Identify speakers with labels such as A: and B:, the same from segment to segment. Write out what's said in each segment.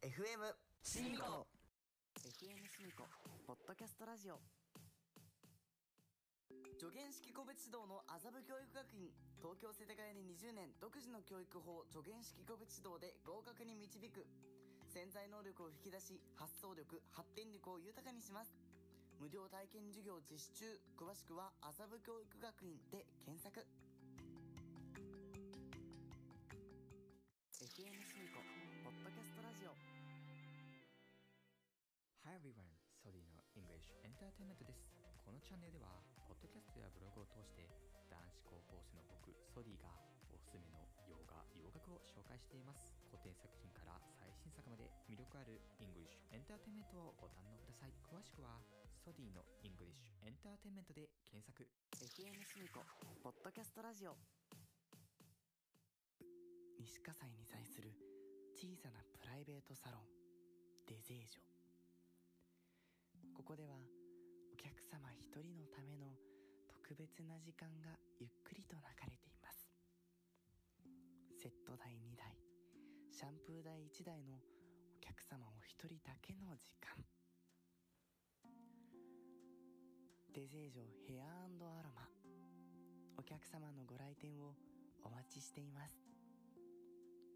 A: FM
B: シミコ FM シミコポッドキャストラジオ助言式個別指導の麻布教育学院東京世田谷に20年独自の教育法助言式個別指導で合格に導く潜在能力を引き出し発想力発展力を豊かにします無料体験授業実施中詳しくは麻布教育学院で検索 FM シミコポッドキャストラジオ
C: Hi everyone! ソディの English Entertainment です。このチャンネルでは、ポッドキャストやブログを通して、男子高校生の僕、ソディがおすすめの洋画、洋楽を紹介しています。古典作品から最新作まで魅力ある English Entertainment をご堪能ください。詳しくは、ソディの English Entertainment で検索。
B: FM シミコポッドキャストラジオ西葛西に在する小さなプライベートサロンデゼージョここではお客様一人のための特別な時間がゆっくりと流れていますセット代2台シャンプー代1台のお客様お一人だけの時間デゼージョヘアアロマお客様のご来店をお待ちしています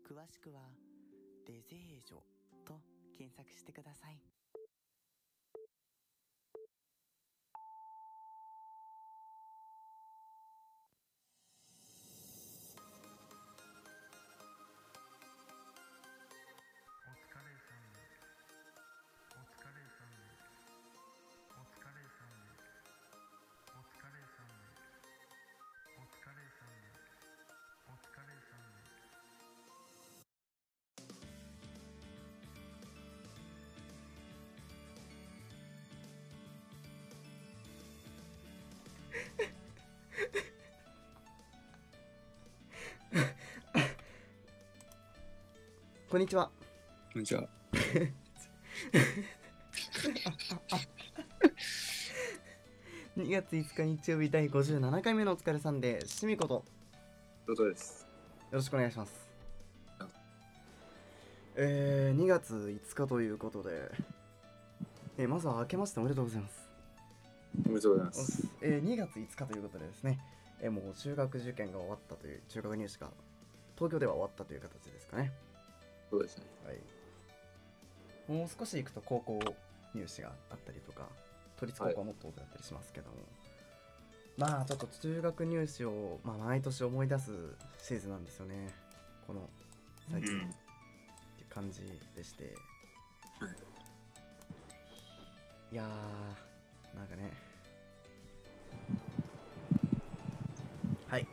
B: 詳しくは「デゼージョ」と検索してください
D: お疲れさんです。お疲れさんです。お疲れさんです。お疲れさんです。お疲れさんです。お疲れさんです。
B: こんにちは
E: こんにちは。
B: 2月5日日曜日第57回目のお疲れさんでしみことよ
E: どうぞです。
B: ろしくお願いします
E: あ
B: えー、2月5日ということで、えーまずは明けましておめでとうございます
E: おめでとうございます。
B: えー2月5日ということでですね、えーもう中学受験が終わったという中学入試が東京では終わったという形ですかね
E: そうですね。
B: はいもう少し行くと高校入試があったりとか都立高校はもっと多くなったりしますけども、まあちょっと中学入試を、まあ、毎年思い出すシーズンなんですよねこの最近っていう感じでして、、
E: はい
B: やーなんかねはい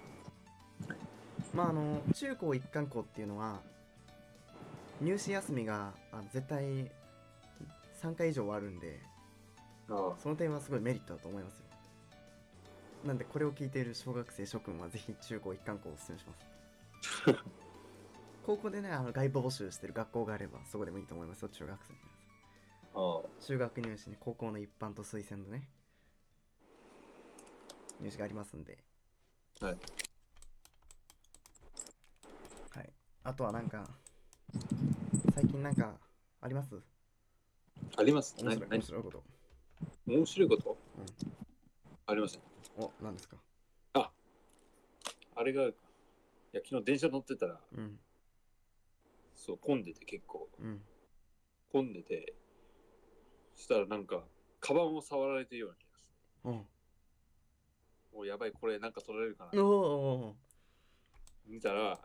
B: まああの中高一貫校っていうのは入試休みがあの絶対3回以上はあるんで
E: ああ、
B: その点はすごいメリットだと思いますよなんでこれを聞いている小学生諸君はぜひ中高一貫校をおすすめします高校でねあの外部募集してる学校があればそこでもいいと思いますよ中学生の皆さ
E: ああ、
B: ん中学入試に高校の一般と推薦のね入試がありますんで
E: はい。
B: はいあとはなんか最近なんかあります
E: あります。
B: 面
E: 何
B: 白い面白
E: 何
B: いこと
E: 面白いこと、
B: うん
E: ありません。
B: お何ですか
E: あれが、いや、昨日電車乗ってたら、
B: うん
E: そう、混んでて結構、
B: うん
E: 混んでて、そしたらなんか、カバンを触られてるような気がす
B: おう
E: る。もうやばい、これなんか取られるか
B: おう
E: な。
B: おうおう
E: 見たら、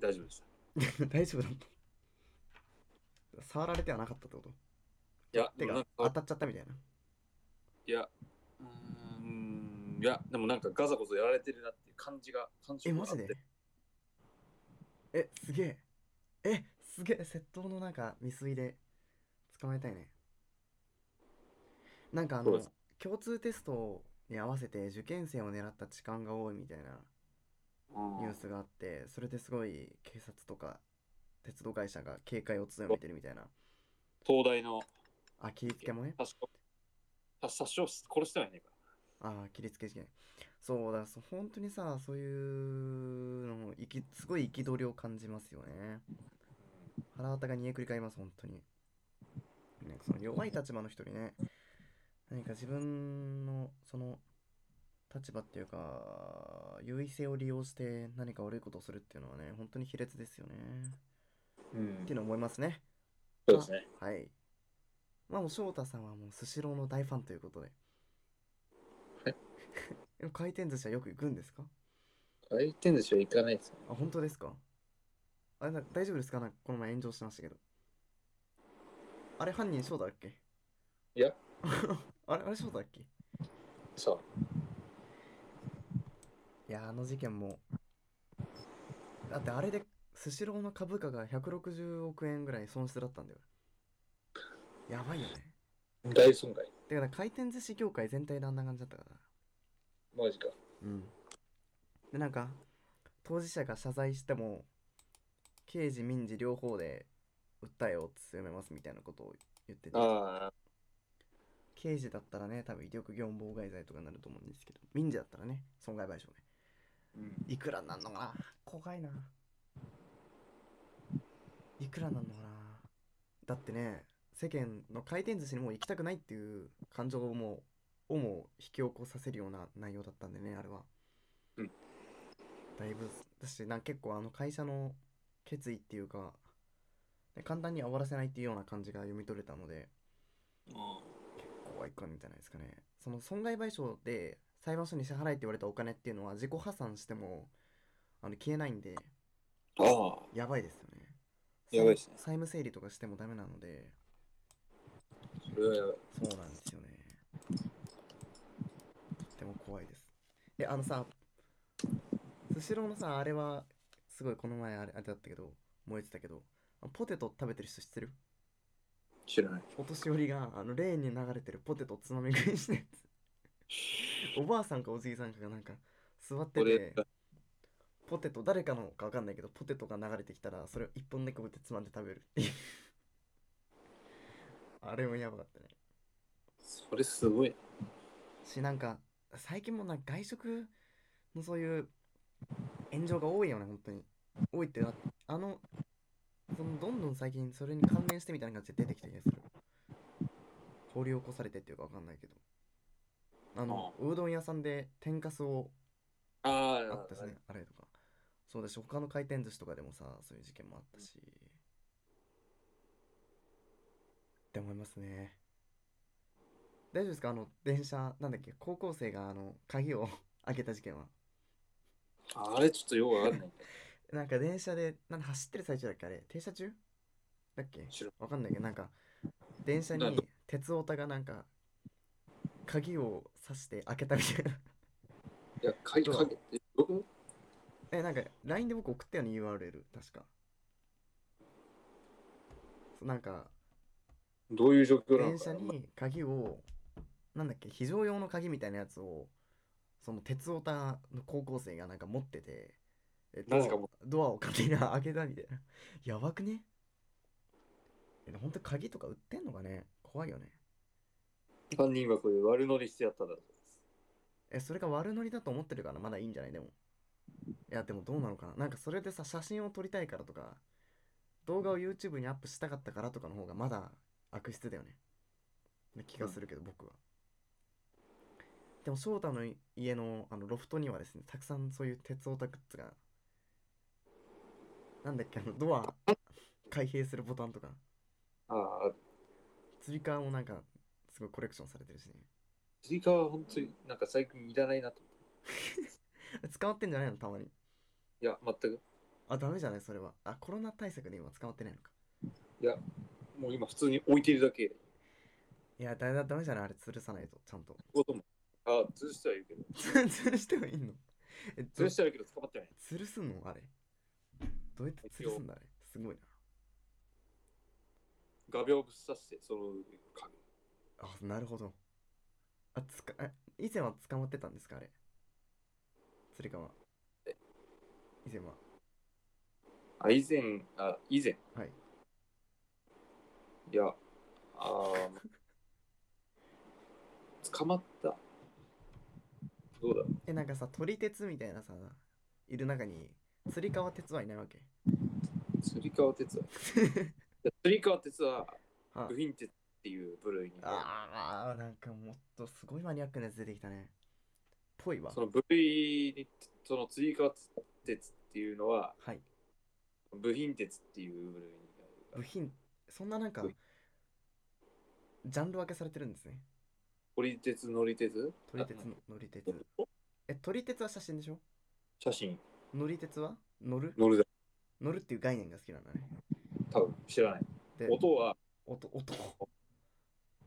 E: 大丈夫でした。い
B: 大丈夫だった触られてはなかったってこと
E: や、
B: て
E: でもなん
B: か
E: か、
B: 当たっちゃったみたいない
E: や、うーん、いや、でもなんかガザゴザやられてるなっていう感じが、感
B: え
E: 触があ
B: マ
E: っ
B: ジ
E: て
B: でえすげええすげえ窃盗のなんか未遂で捕まえたいねなんかあ
E: そう
B: の
E: です
B: 共通テストに合わせて受験生を狙った痴漢が多いみたいな
E: うん
B: ニュースがあってそれですごい警察とか鉄道会社が警戒を強めてるみたいな
E: 東大の
B: あ切りつけもね
E: 殺傷殺傷し殺してはいねえか
B: ああ、切りつけ事件。そうだ、そう本当にさ、そういうのも、いき、すごい憤りを感じますよね。
E: ら。
B: 腹渡が煮えくり返ります本当になんかその弱い立場の人にね何か自分のその立場っていうか優位性を利用して何か悪いことをするっていうのはね本当に卑劣ですよね
E: うん
B: っていうのは思いますね
E: そうですね。
B: はいまあもう翔太さんはもうスシローの大ファンということで
E: え
B: え回転寿司はよく行くんですか
E: 回転寿司は行かないですよね。
B: あ本当ですかあれな大丈夫ですかなんかこの前炎上しましたけどあれ犯人翔太だっけ
E: いや
B: あれあれ翔太だっけい
E: そう。
B: やあの事件もだってあれでスシローの株価が160億円ぐらい損失だったんだよやばいよね
E: 大損害。
B: てかなんか回転寿司業界全体であんな感じだったから
E: マジか。
B: うん、でなんか当事者が謝罪しても刑事民事両方で訴えを強めますみたいなことを言ってて
E: ああ、
B: 刑事だったらね多分威力業務妨害罪とかになると思うんですけど民事だったらね損害賠償ね
E: うん。
B: いくらになんのかな怖いないくらなんのかなだってね世間の回転寿司にもう行きたくないっていう感情をもうをも引き起こさせるような内容だったんでねあれは、
E: うん
B: だいぶ私なんか結構あの会社の決意っていうかね簡単に終わらせないっていうような感じが読み取れたので怖いかみたいないですかねその損害賠償で裁判所に支払えって言われたお金っていうのは自己破産してもあの消えないんで
E: ああ、
B: やばいですよね
E: やばいっすね
B: 債務整理とかしてもダメなので
E: それはやばい。
B: そうなんですよねとっても怖いですえあのさスシローのさあれはすごいこの前あれあれだったけど燃えてたけどあのポテト食べてる人知ってる
E: 知らない。
B: お年寄りがあのレーンに流れてるポテトをつまみ食いしてるやつおばあさんかおじいさんかがなんか座ってて
E: 俺
B: ポテト誰かのかわかんないけどポテトが流れてきたらそれを一本だけこうやってつまんで食べるっていうあれもやばかったね
E: それすごい。
B: しなんか最近もなんか外食のそういう炎上が多いよね本当に多いってなあのそのどんどん最近それに関連してみたいな感じで出てきた気がする掘り起こされてっていうかわかんないけどあのおうどん屋さんで天かすを
E: あ
B: あ
E: あ、
B: ったしねあれとかそうだし他の回転寿司とかでもさそういう事件もあったしって思いますね大丈夫ですかあの電車なんだっけ高校生があの鍵を 開けた事件は
E: あれちょっとよくわかんない。
B: なんか電車でなん走ってる最中だっけあれ停車中だっけ
E: 知ら
B: わかんないけどなんか電車
E: なん
B: に鉄オタがなんか鍵を刺して開けたみたいな
E: いや、鍵
B: どう
E: かけて、僕も
B: えなんか LINE で僕送ったよね URL 確かそうなんか
E: どういう状況な
B: 電
E: のか
B: 車
E: な。
B: に鍵をなんだっけ非常用の鍵みたいなやつをその鉄オタの高校生がなんか持っててえ
E: なぜか持っ
B: ドアを勝手に開けたみたいな やばくねえ本当鍵とか売ってんのかね怖いよね
E: 犯人はこれ悪乗りしてやったんだと
B: えそれが悪ノリだと思ってるからまだいいんじゃないでもいやでもどうなのかななんかそれでさ写真を撮りたいからとか動画を YouTube にアップしたかったからとかの方がまだ悪質だよねな気がするけど、僕はでも翔太の家のあのロフトにはですねたくさんそういう鉄オタグッズがなんだっけあのドア開閉するボタンとか
E: ああ、
B: つり革もなんかすごいコレクションされてるしね
E: 追加は本当になんか最近いらないなと。
B: 捕まってんじゃないのたまに
E: いや、全く。
B: あ、ダメじゃないそれは。あ、コロナ対策で今捕まってないのか。
E: もう今普通に置いてるだけ。
B: いや、だだダメじゃないあれ、吊るさないと、ちゃんと。
E: ことも。ああ、吊るしてはいるけど。
B: 吊るしてもいいのえ、
E: 吊
B: ど
E: るしてはいるけど捕まってない。
B: 吊るすんのあれ。どうやって吊るすんだあれ。すごいな。
E: 画鋲をぶっ刺して、その鍵。
B: あ、なるほど。あ、つか、え以前は捕まってたんですかあれ。吊り革。以前は。
E: あ、以前、あ、以前。
B: はい。
E: いや、ああ、捕まった。どうだろう
B: え、なんかさ、撮り鉄みたいなさ、いる中に、吊り革鉄はいないわけ。
E: つり革鉄 は。つり革鉄は、
A: は
E: 部
A: い
E: 品鉄っていう部類に入る。
A: ああなんかもっとすごいマニアックなやつ出てきたねぽいわ
E: その部類に、そのつり革鉄っていうのは、
A: はい
E: 部品鉄っていう部類に入るから
A: 部品そんななんか
E: 部品
A: ジャンル分けされてるんですね
E: 撮り鉄、乗り鉄
A: 撮り鉄の乗り鉄え撮り鉄は写真でしょ
E: 写真、
A: 乗り鉄は乗る
E: 乗るだ、
A: 乗るっていう概念が好きなんだね
E: 多分知らない。
A: で
E: 音は、
A: 音音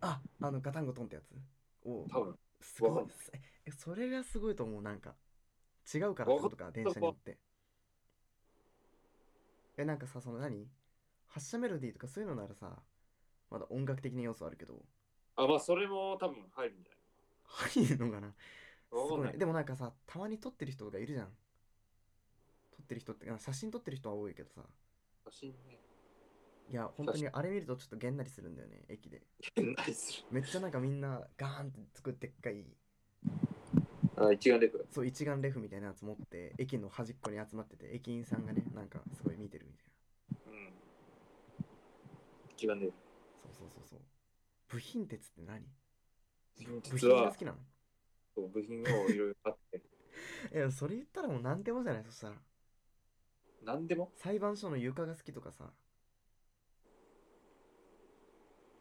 A: ああのガタンゴトンってやつおう
E: 多分
A: すご
E: わか
A: い
E: んな
A: すえそれがすごいと思うなんか違うからってことか電車に乗ってえなんかさその何発車メロディーとかそういうのならさまだ音楽的な要素あるけど
E: あ、まあ、それも多分入るんじ
A: 入るのかな
E: ゃない
A: す
E: わか
A: ご
E: ん
A: い
E: な
A: ね
E: い。
A: でもなんかさたまに撮ってる人がいるじゃん撮ってる人ってあ写真撮ってる人は多いけどさ
E: 写真ね。
A: いや本当にあれ見るとちょっとげんなりするんだよね駅で
E: 何す
A: めっちゃなんかみんなガーンって作ってっかい
E: るあ、一眼レフ。
A: そう一眼レフみたいなやつ持って駅の端っこに集まってて駅員さんがねなんかすごい見てるみた
E: う
A: い
E: ん。一眼レフ。
A: なそうそうそうそう部品鉄って何部
E: 実
A: 品が
E: は
A: 好、きなの
E: そう部品をいろいろあって、
A: いやそれ言ったらもう何でもじゃないそしたら
E: 何でも
A: 裁判所の床が好きとかさ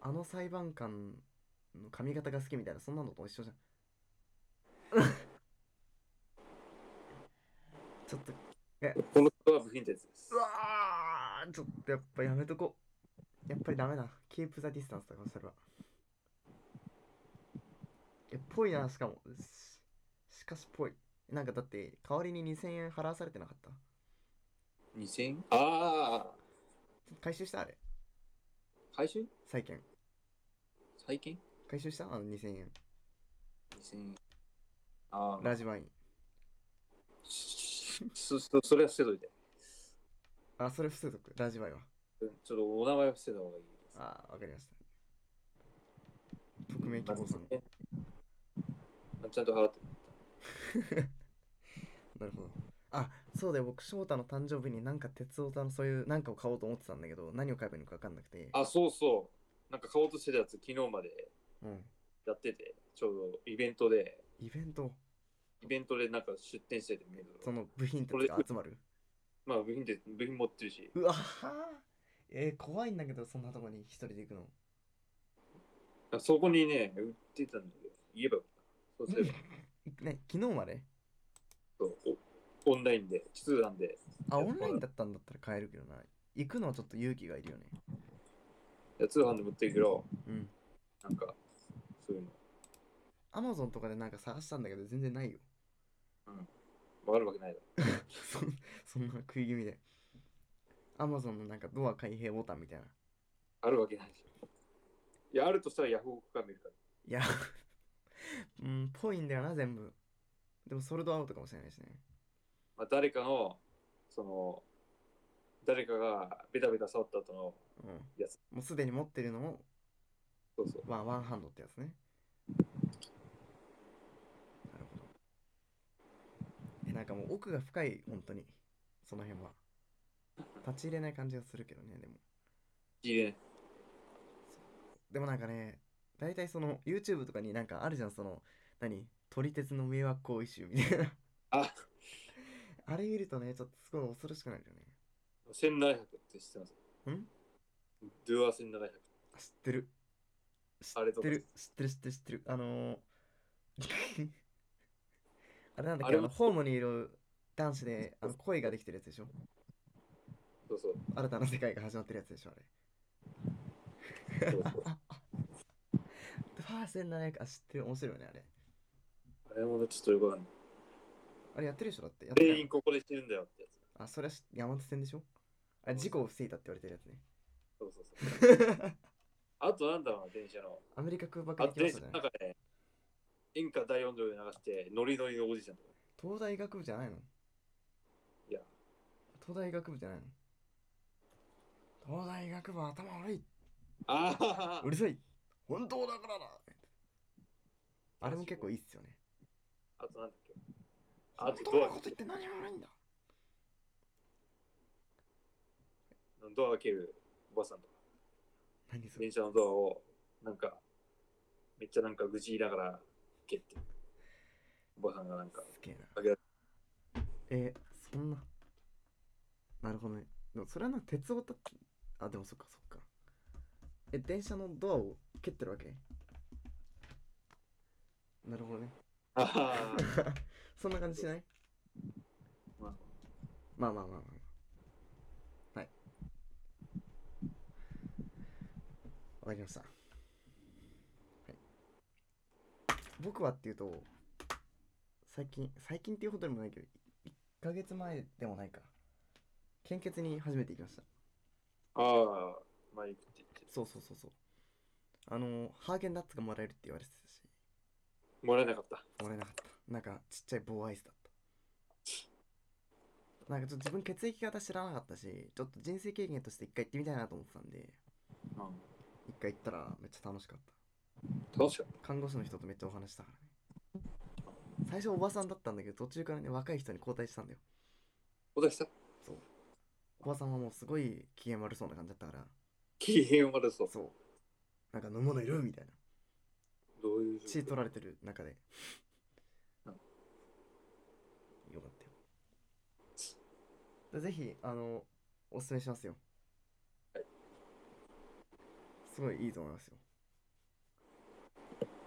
A: あの裁判官の髪型が好きみたいなそんなのと一緒じゃん ちょっと
E: この人は部品鉄です
A: う。わーちょっとやっぱやめとこうやっぱりダメだキープザディスタンスだからそれはえっぽいなしかもししかしぽいなんかだって代わりに2000円払わされてなかった
E: 2000? ああ、
A: 回収したあれ
E: 回収
A: 債券
E: 最近
A: 回収したあの2000円
E: ?2000。ああ、
A: ラジワイン
E: そそそれは捨てといて。
A: あそれ不正族ラジワインは
E: うんちょっとお名前は捨てた方がいいです。
A: あーわかりました匿名希望さん
E: まあちゃんと払って
A: なるほど。あそうだよ、僕、翔太の誕生日になんか鉄オタのそういうなんかを買おうと思ってたんだけど、何を買えばいいのか分かんなくて。
E: あ、そうそう。なんか買おうとしてたやつ、昨日まで
A: うん。
E: やってて、ちょうどイベントで、
A: イベント、
E: イベントでなんか出店してて、メドロ
A: その部品鉄が集まる。
E: まあ部品で、部品持ってるし、
A: うわはえー、怖いんだけど、そんなとこに一人で行くの。
E: そこにね、売ってたんだけど、言えばよかった。そうすれば、
A: ね、昨日まで
E: そうおオンラインで、通販で
A: あ、オンラインだったんだったら買えるけどな。行くのはちょっと勇気がいるよね。
E: いや通販で持ってるけど、
A: うん。
E: なんか、そういうの、
A: アマゾンとかでなんか探したんだけど、全然ないよ。
E: わかるわけないだろ。
A: そんそんな食い気味で。アマゾンのなんかドア開閉ボタンみたいな。
E: あるわけないでしょ。いや、あるとしたらヤフオクが見るから。
A: いや、 うん、ぽいんだよな、全部。でも、ソールドアウトかもしれないしね。
E: まあ、誰かの、その、誰かがベタベタ触った後の、
A: うん。
E: やつ
A: もうすでに持ってるのを、
E: そうそう。
A: ワンワンハンドってやつね。なるほど。え、なんかもう奥が深い、本当に。その辺は。立ち入れない感じがするけどね、でも。
E: いいね。
A: でもなんかね、大体その YouTube とかになんかあるじゃん、その、何撮り鉄の迷惑行為集みたいな。
E: あ、
A: あれ見るとね、ちょっとすごい恐ろしくなるよね。
E: 1700って知ってます。
A: ん
E: ドゥア1700。
A: 知ってる。知
E: あれと
A: っ
E: か
A: て
E: で
A: る、知ってる、知ってる、知ってる。あのー あれなんだっ
E: あ
A: け、
E: れ
A: あ
E: は
A: の、ホームにいる男子 で、あの、恋ができてるやつでしょ
E: そうそう。
A: 新たな世界が始まってるやつでしょあれ。
E: そうそう
A: あ、あ、ファーセン700、あ、知ってる、面白いよね、あれ。
E: あれもねちょっとよくわかんな い。
A: あれやってるでしょだって。やってたよ
E: 全員ここで死ぬんだよってやつ。
A: あ、それはし山手線でしょあれ、事故を防いだって言われてるやつね。
E: そうそうそう。あとなんだろうな、電車の。
A: アメリカ空爆
E: あ
A: で
E: と
A: きま
E: 電
A: した
E: 車
A: じゃ
E: の
A: ない
E: 中で、演歌第4条で流して、ノリノリのおじいちゃんとか。
A: 東大医学部じゃないの
E: いや、
A: 東大医学部じゃないの東大医学部は頭悪い
E: ああ
A: うるさい本当だからなあれも結構いいっすよね。
E: あとなんだっけ。あと
A: 本当
E: ド
A: の
E: ア
A: こと言って何もないんだ。
E: ドア開けるおばさんとか、
A: 何それ
E: 電車のドアを、なんか、めっちゃなんか愚痴言いながら開けって。おばさんがなんか、
A: すげえ
E: 開け
A: な。えー、そんな。なるほどね。でもそれはな、鉄オタあ、でもそっかそっか。え、電車のドアを蹴ってるわけなるほどね。
E: ああ、
A: そんな感じしない
E: まあ
A: まあまあまあまあ。はい。わかりました。はい。僕はっていうと、最近、最近っていうほどでもないけど、1ヶ月前でもないか。献血に初めて行きました。
E: ああ、マイクって言って
A: そうそうそうそう。あの、ハーゲンダッツがもらえるって言われてたし、
E: る。もらえなかった。
A: もらえなかった。なんか、ちっちゃい棒アイスだった。なんかちょっと自分血液型知らなかったし、ちょっと人生経験として一回行ってみたいなと思ってたんで、
E: うん、
A: 一回行ったらめっちゃ楽しかった。
E: 楽しかっ
A: 看護師の人とめっちゃお話したからね最初おばさんだったんだけど途中からね若い人に交代したんだよ
E: た。お出した
A: おばさんはもうすごい機嫌悪そうな感じだったから
E: 機嫌悪そう。
A: そうなんか飲むのいるみたいな
E: どういう状況
A: 血取られてる中で
E: うん
A: よかったよでぜひあのおすすめしますよ
E: はい
A: すごいいいと思いますよ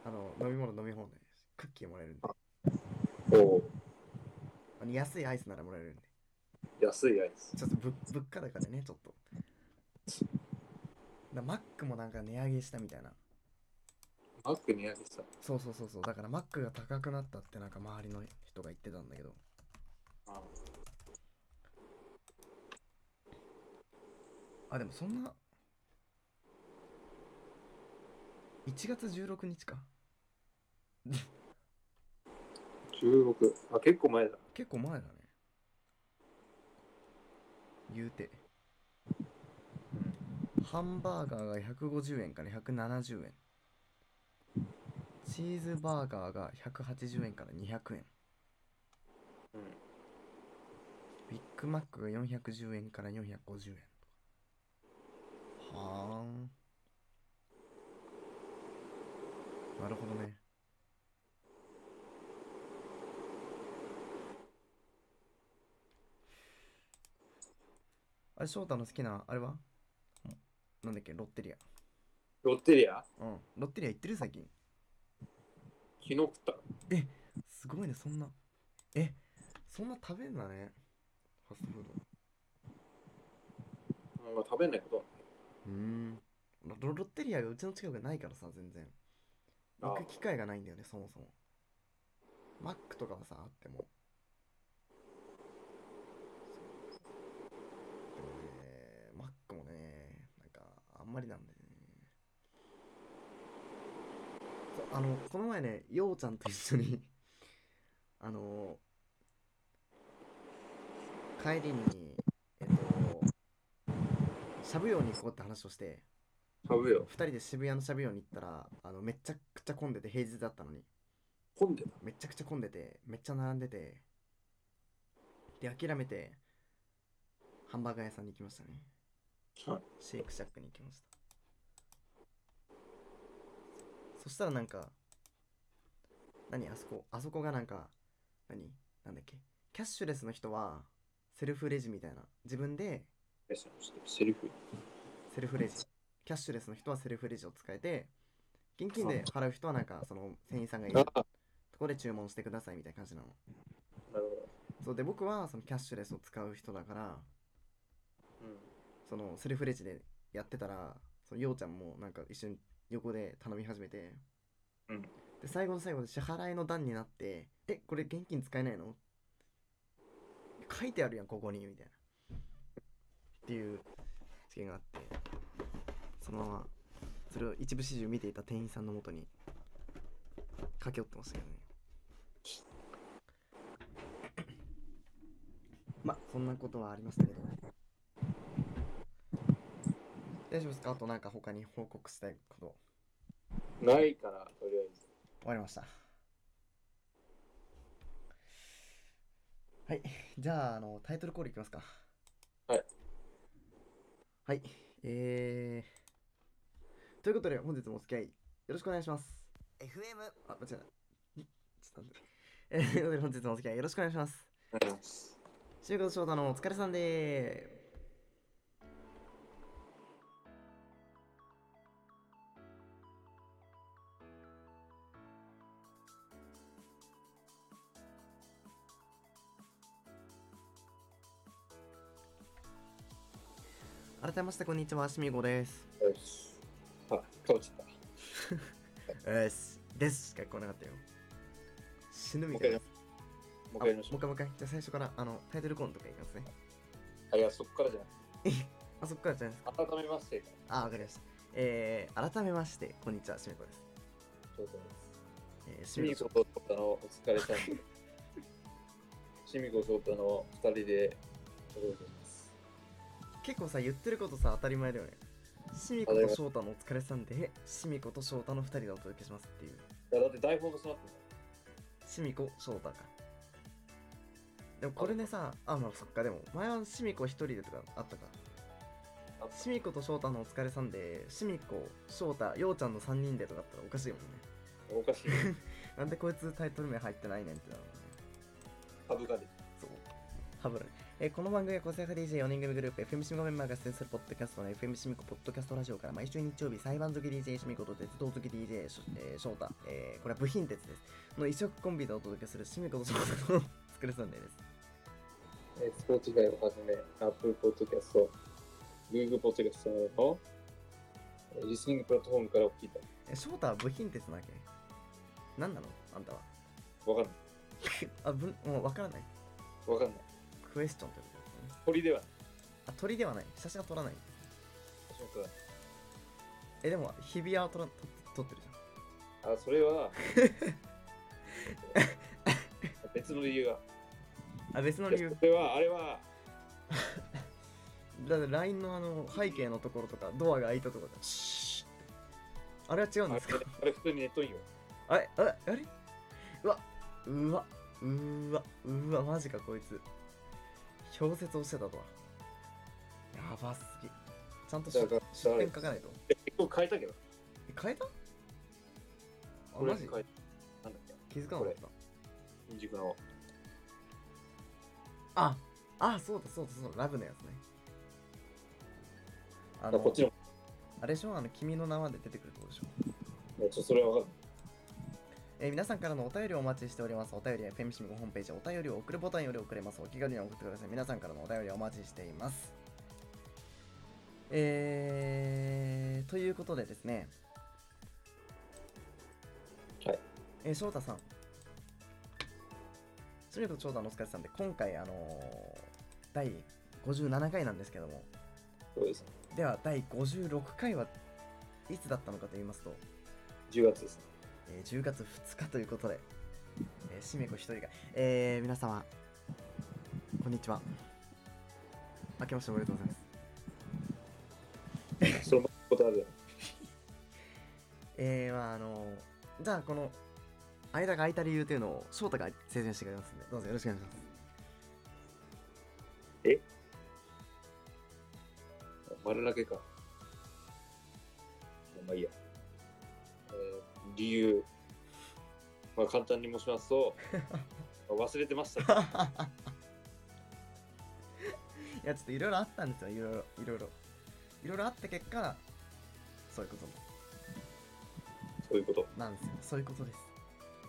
A: あの飲み物飲み放題ですクッキーもらえるんで
E: おう
A: あの安いアイスならもらえるんで
E: 安いアイス。
A: ちょっとぶ物価高でねちょっとだマックもなんか値上げしたみたいな
E: マック値上げした。
A: そうそうそうそうだからマックが高くなったってなんか周りの人が言ってたんだけど
E: あ
A: あでもそんな1月16日か
E: 16。あ、結構前だ。
A: 結構前だね言うてハンバーガーが150円から170円チーズバーガーが180円から200円
E: うん。
A: ビッグマックが410円から450円はあなるほどねあれ翔太の好きなあれはなんだっけロッテリ
E: ロッテリア
A: アうんロッテリア行ってる最近
E: 昨日食った。
A: すごいねそんなえそんな食べんだねファストフード
E: うんまあ、食べないことは
A: うーんロロッテリアがうちの近くにないからさ全然
E: あ
A: 行く機会がないんだよねそもそもマックとかはさあってもでもねマックもねなんかあんまりなんでねそうあのこの前ねようちゃんと一緒にあの帰りにえっとしゃぶ用に行こうって話をして
E: 食べよ
A: 2人で渋谷のしゃべように行ったらあのめちゃくちゃ混んでて平日だったのに
E: う。混んでた。
A: めちゃくちゃ混んでてめっちゃ並んでてで諦めてハンバーガー屋さんに行きましたね
E: はい
A: シェイクシャックに行きましたそしたらなんか何あそこあそこがなんか何なんだっけキャッシュレスの人はセルフレジみたいな自分で
E: えそしてセリフ。
A: セルフレジキャッシュレスの人はセルフレジを使えて現金で払う人はなんかその店員さんがいるところで注文してくださいみたいな感じなの
E: なるほど。
A: そうで僕はそのキャッシュレスを使う人だから
E: うん。
A: そのセルフレジでやってたらそのようちゃんもなんか一緒に横で頼み始めて、
E: うん
A: で最後の最後で支払いの段になって「えこれ現金使えないの?」書いてあるやんここにみたいなっていう事件があってそのままそれを一部始終見ていた店員さんのもとに駆け寄ってましたけどねまあそんなことはありましたけど大丈夫ですかあとなんか他に報告したいこと
E: ないから、とりあえず。
A: 終わりましたはいじゃああのタイトルコールいきますか
E: はい
A: はい。えー、ということで、本日もお付き合いよろしくお願いします。
B: FM
A: あ、間違えた。にちょっと待って。えー、ということで、本日もお付き合いよろしくお願いします。
E: ありがとうございます
A: 修吾と翔太のお疲れさんでー改めましてこんにちは、しみごです。
E: よしあ、かぶっちゃった。
A: よし、ですしか聞こえなかったよ。死ぬみたいな。
E: もう一
A: あ
E: 回やり
A: もう
E: まし
A: 一
E: ょう。
A: 回もう一回。じゃあ最初からあのタイトルコールとかいきますね。
E: あ、いや、そっからじゃない。
A: あそこからじゃないですか。
E: 改めまして。
A: あ、わかりました。えー、改めまして、こんにちは、しみこです。
E: そうです。
A: えー、し
E: シミ
A: み
E: コ
A: こ。
E: とソータのお疲れさ んで。シミコソータの二人でお届けします。
A: 結構さ、言ってることさ、当たり前だよね。しみこと翔太のお疲れさんで、しみこと翔太の二人でお届けしますっていう。
E: いや、だって台本がそうなって
A: しみこ翔太か。でもこれねさ、あ、まあそっか、でも前はしみこ一人でとかあったか。
E: あった
A: しみこと翔太のお疲れさんで、しみこ翔太、ようちゃんの三人でとかあったらおかしいもんね。
E: るのおかしい。
A: なんでこいつタイトル名入ってないねんってなるもんね。
E: 株価で。
A: そう。ハブラえーこの番組は個性派 DJ4 人組グループ FM シミコメンバーが出演するポッドキャストの FM シミコポッドキャストラジオから毎週日曜日、裁判好き DJ シミコと鉄道好き DJ しょ、えー、翔太、えーこれは部品鉄です。の異色コンビでお届けするシミコと翔太の作るサンデーです。
E: えスポーツ界をはじめ、Apple Podcast、Google Podcast などのえリスニングプラットフォームからお聞きいただき
A: えー翔太は部品鉄なわけ何なのあんたは。
E: わかん
A: あ、ぶん、もうわからない。
E: ない。わかんない。
A: クエスチョンということですね。
E: 鳥ではない。
A: あ、鳥ではない。写真は撮らない。
E: 橋本だ
A: え、でも、日比谷は撮ら撮撮ってるじゃん。
E: あ、それは 別の理由が。
A: あ、別の
E: い
A: 理
E: や
A: 由
E: そ。れは、あれは、
A: だって LINE のあの背景のところとかドアが開いたところでシーッあれは違うん
E: あれ
A: ですか
E: あれ普通にネットインよ。
A: あれあれあれうわうわうわうわマジかこいつ氷説をしてたとはやばすぎちゃんと出
E: だから
A: 出典書かないと
E: 結構変えたけど。
A: え変えたあ
E: これ
A: マ
E: 変
A: ジ
E: えなんだっけ
A: 気づかなかった
E: 新宿の。
A: ああそうだそうだそうだラブのやつねあ
E: あこっちの。い
A: あれでしょあの君の名はで出てくるとこでしょ
E: やちょそれはわかんない。
A: えー皆さんからのお便りをお待ちしております。お便りはフェミシミコホームページ、お便りを送るボタンより送れます。お気軽に送ってください。皆さんからのお便りをお待ちしています。えー、ということでですね。
E: はい。
A: えー、翔太さん。すみと翔太のお疲れさんで、今回、あのー第57回なんですけども、
E: そうですね。
A: では、第56回はいつだったのかと言いますと、
E: 10月ですね。
A: えー10月2日ということで、えー、しめこ一人が、えー、皆様、こんにちは。明けましておめでとうございます。
E: そのことあるよ。
A: えー、まああのじゃあこの、間が空いた理由というのを翔太が説明してくれますんで、どうぞよろしくお願いします。
E: 丸投げか。まあいいや。えー理由。まあ簡単に申しますと、忘れてました。
A: いや、ちょっといろいろあったんですよ、いろいろ、いろいろ。いろいろあった結果、そういうこと
E: そういうこと。
A: なんですよ、そういうことです。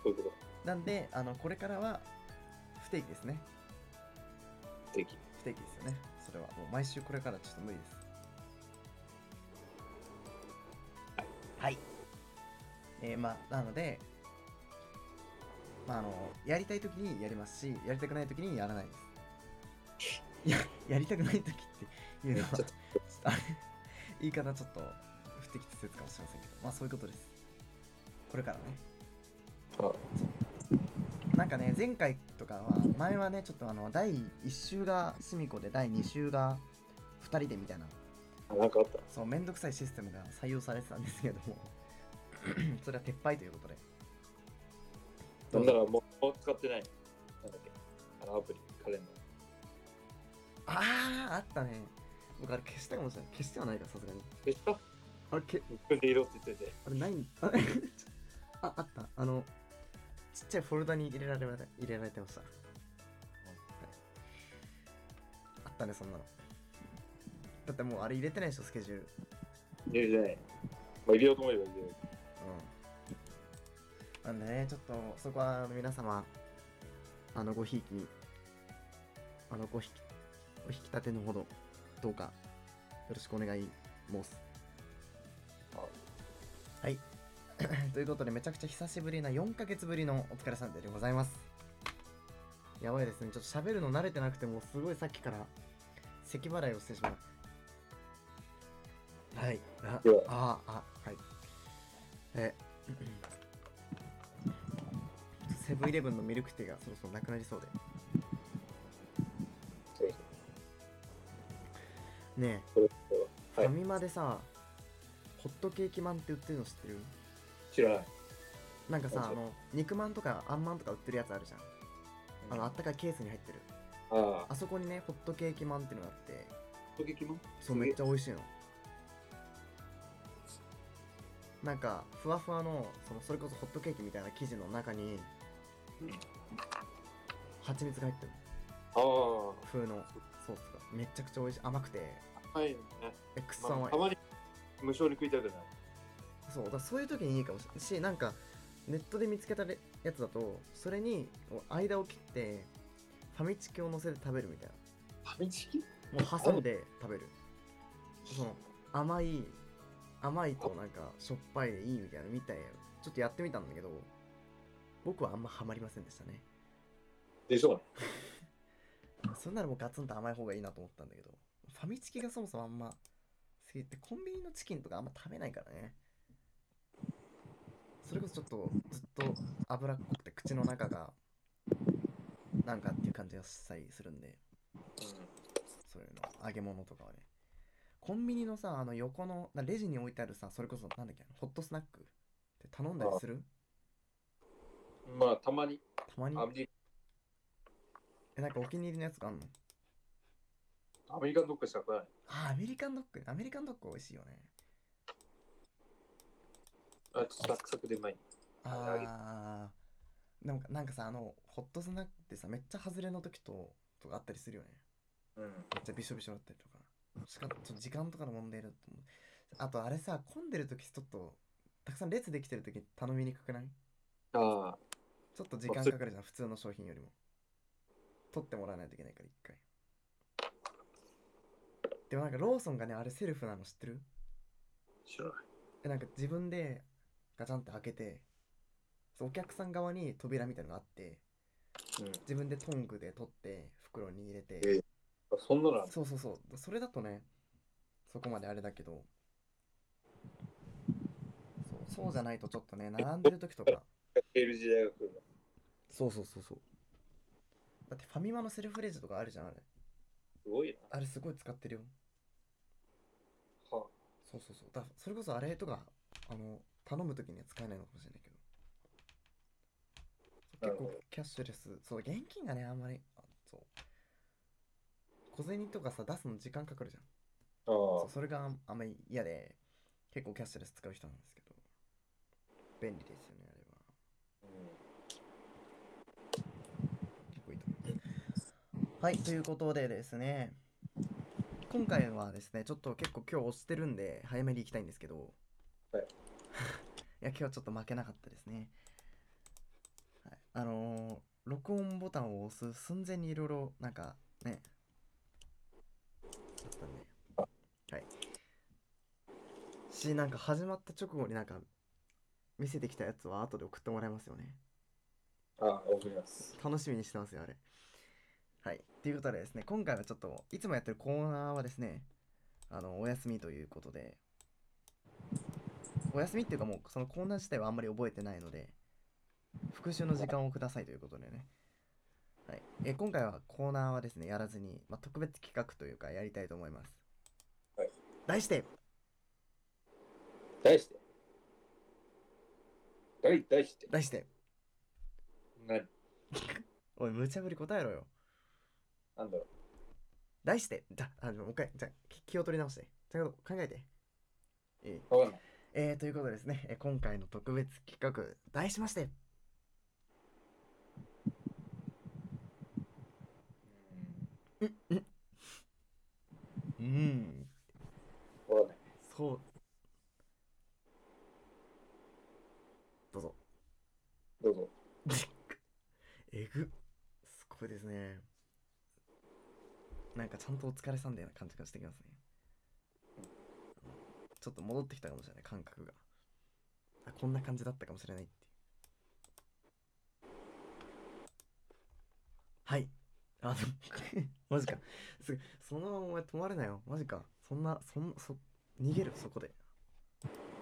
E: そういうこと。
A: なんで、あの、これからは、不定期ですね。
E: 定期。
A: 不定期ですよね。それは、もう毎週これからちょっと無理です。はい。えーまあ、なので、まあ、あの、やりたいときにやりますし、やりたくないときにやらない です。いや、やりたくないときっていうのは、
E: ち
A: ち
E: ょ
A: ょ
E: っ
A: っと、あれ、言い方ちょっと不適切かもしれませんけど、まあ、そういうことです。これからね。
E: あ
A: なんかね前回とかは前はねちょっとあの第1週がすみこで第2週が2人でみたいな
E: あ、なんかあった。
A: そうめんどくさいシステムが採用されてたんですけど もそれは撤廃ということで
E: なんならもうもう使ってない。なんだっけ。あのアプリ、カレンダー。
A: あああったね僕あれ消したかもしれない。消してはないから、さすがに。
E: 消した
A: あれ、け
E: これで色って言ってて。
A: あれないんあれ あ、あった。あの、ちっちゃいフォルダに入れられま入れられてました。はいあったね、そんなの。だってもうあれ入れてないでしょ、スケジュール。
E: 入れるじゃない。まあ、入れようと思えば入れる。
A: うん。なんでね、ちょっとそこは皆様、あのごひいきに、あのごひき、お引き立てのほど、どうかよろしくお願い申す。はい。 ということで、めちゃくちゃ久しぶりな4ヶ月ぶりのお疲れさんでございます。やばいですね。ちょっと喋るの慣れてなくて、もうすごいさっきから、咳払いをしてしまう。はい。あ
E: では、
A: あ、あ、はい。え、 セブンイレブンのミルクティーがそろそろなくなりそうで。
E: そう
A: ね
E: これ、これは。
A: え、
E: はい
A: ファミマでさ、ホットケーキまんって売ってるの知ってる
E: 知らない。
A: なんか
E: あ
A: さ、
E: そ
A: あ
E: う
A: の、肉まんとかあんまんとか売ってるやつあるじゃん。あの、あったかいケースに入ってる。
E: ああ、
A: あそこにね、ホットケーキまんっていうのがあって、
E: 突撃も
A: そう、
E: すげえ
A: めっちゃ美味しいの。なんか、ふわふわの、そのそれこそホットケーキみたいな生地の中に、蜂蜜が入ってる。
E: ああ、
A: 風のソースが。めちゃくちゃ美味しい。甘くて、
E: はい、ね。
A: え、くっそ
E: まあ、
A: 甘い
E: た。まに無償に食いたくなる。
A: そう、だからそういう時にいいかもしれないし、なんか、ネットで見つけたれやつだと、それに、こう間を切って、ファミチキを乗せて食べるみたい
E: ファミチキ
A: な。もう挟んで食べる。その、甘い、甘いとなんか、しょっぱいでいいみたいな、みたいな。ちょっとやってみたんだけど、僕はあんまハマりませんでしたね。
E: でしょ
A: そんならもうガツンと甘い方がいいなと思ったんだけど、ファミチキがそもそもあんま好きって、コンビニのチキンとかあんま食べないからね。それこそちょっとずっと脂っこくて口の中がなんかっていう感じがしたりするんで、そういうの、揚げ物とかはね。コンビニのさ、あの横の、なレジに置いてあるさ、それこそなんだっけ、ホットスナックって頼んだりする
E: うん。まあ、たまに。
A: たまに
E: アメリ
A: え、なんかお気に入りのやつがあんの
E: カアメリカンドッグしか食わない。
A: あ、アメリカンドッグね、アメリカンドッグ美味しいよね。
E: あ、ちょっとサクサクでうまい。あれ
A: あーでもなんかさあのホットスナックってさめっちゃ外れの時ととかあったりするよね
E: うん。
A: めっちゃびしょびしょだったりとかしかもちょっと時間とかの問題だと思うあとあれさ混んでる時ちょっとたくさん列できてる時頼みにくくない
E: ああ、
A: ちょっと時間かかるじゃん普通の商品よりも取ってもらわないといけないから一回でもなんかローソンがねあれセルフなの知ってる
E: 知らない。
A: でなんか自分でガチャンって開けてそうお客さん側に扉みたいのがあって
E: うん。
A: 自分でトングで取って袋に入れて、
E: ええあそんなのある
A: そうそうそうそれだとねそこまであれだけどそうそうじゃないとちょっとね並んでる時とか
E: ケール時代が来るの。
A: そうそうそうそうだってファミマのセルフレジとかあるじゃんあれ
E: すごいな。
A: あれすごい使ってるよ
E: は
A: そうそうそうだそれこそあれとかあの頼む時には使えないのかもしれないけど
E: なる
A: 結
E: ほど
A: 構キャッシュレスそう現金がねあんまりあそう小銭とかさ出すの時間かかるじゃん
E: あ。ああ
A: そうそれがあんあんまり嫌で結構キャッシュレス使う人なんですけど便利ですよねあれは結構いいと思いますはいということでですね今回はですねちょっと結構今日押してるんで早めに行きたいんですけど
E: はい
A: いや今日ちょっと負けなかったですね、はい、あのー録音ボタンを押す寸前にいろいろなんかねあったんではいしなんか始まった直後になんか見せてきたやつは後で送ってもらえますよね
E: ああ、送ります。
A: 楽しみにしてますよあれはいということでですね今回はちょっといつもやってるコーナーはですねあのお休みということでお休みっていうかもうそのコーナー自体はあんまり覚えてないので復習の時間をくださいということでね、はい、え今回はコーナーはですねやらずに、まあ、特別企画というかやりたいと思います、
E: はい、
A: 題して
E: 題して。題、題して。
A: 題して
E: 何
A: おい無茶ぶり答えろよ
E: なんだろ
A: 題して、だ、あの、もう一回、じゃあ気気を取り直して、ちゃんと考えて。いい
E: わかんない。
A: えー、ということでですね、えー今回の特別企画、題しまして、うん、
E: わかんない。
A: そう。どうぞ。
E: どうぞ。
A: えぐ。すごいですね。なんかちゃんとお疲れさんだよな感じがしてきますね。ちょっと戻ってきたかもしれない、感覚が。あ、こんな感じだったかもしれないっていう。はい。あの、 マジか。すぐそのままお前止まれなよ。マジか。そんな、そん、そ、逃げる、そこで。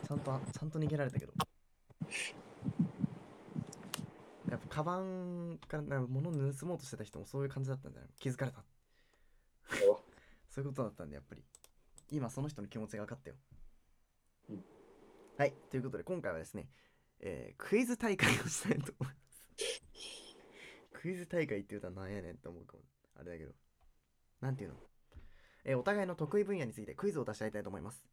A: ちゃんと、あちゃんと逃げられたけど。やっぱカバンからなんか物を盗もうとしてた人もそういう感じだったんじゃない気づかれた
E: やば
A: そういうことだったんでやっぱり今その人の気持ちが分かったよ、
E: うん
A: はいということで今回はですね、えークイズ大会をしたいと思いますクイズ大会って言うたらなんやねんって思うかもあれだけどなんていうの、えーお互いの得意分野についてクイズを出し合いたいと思います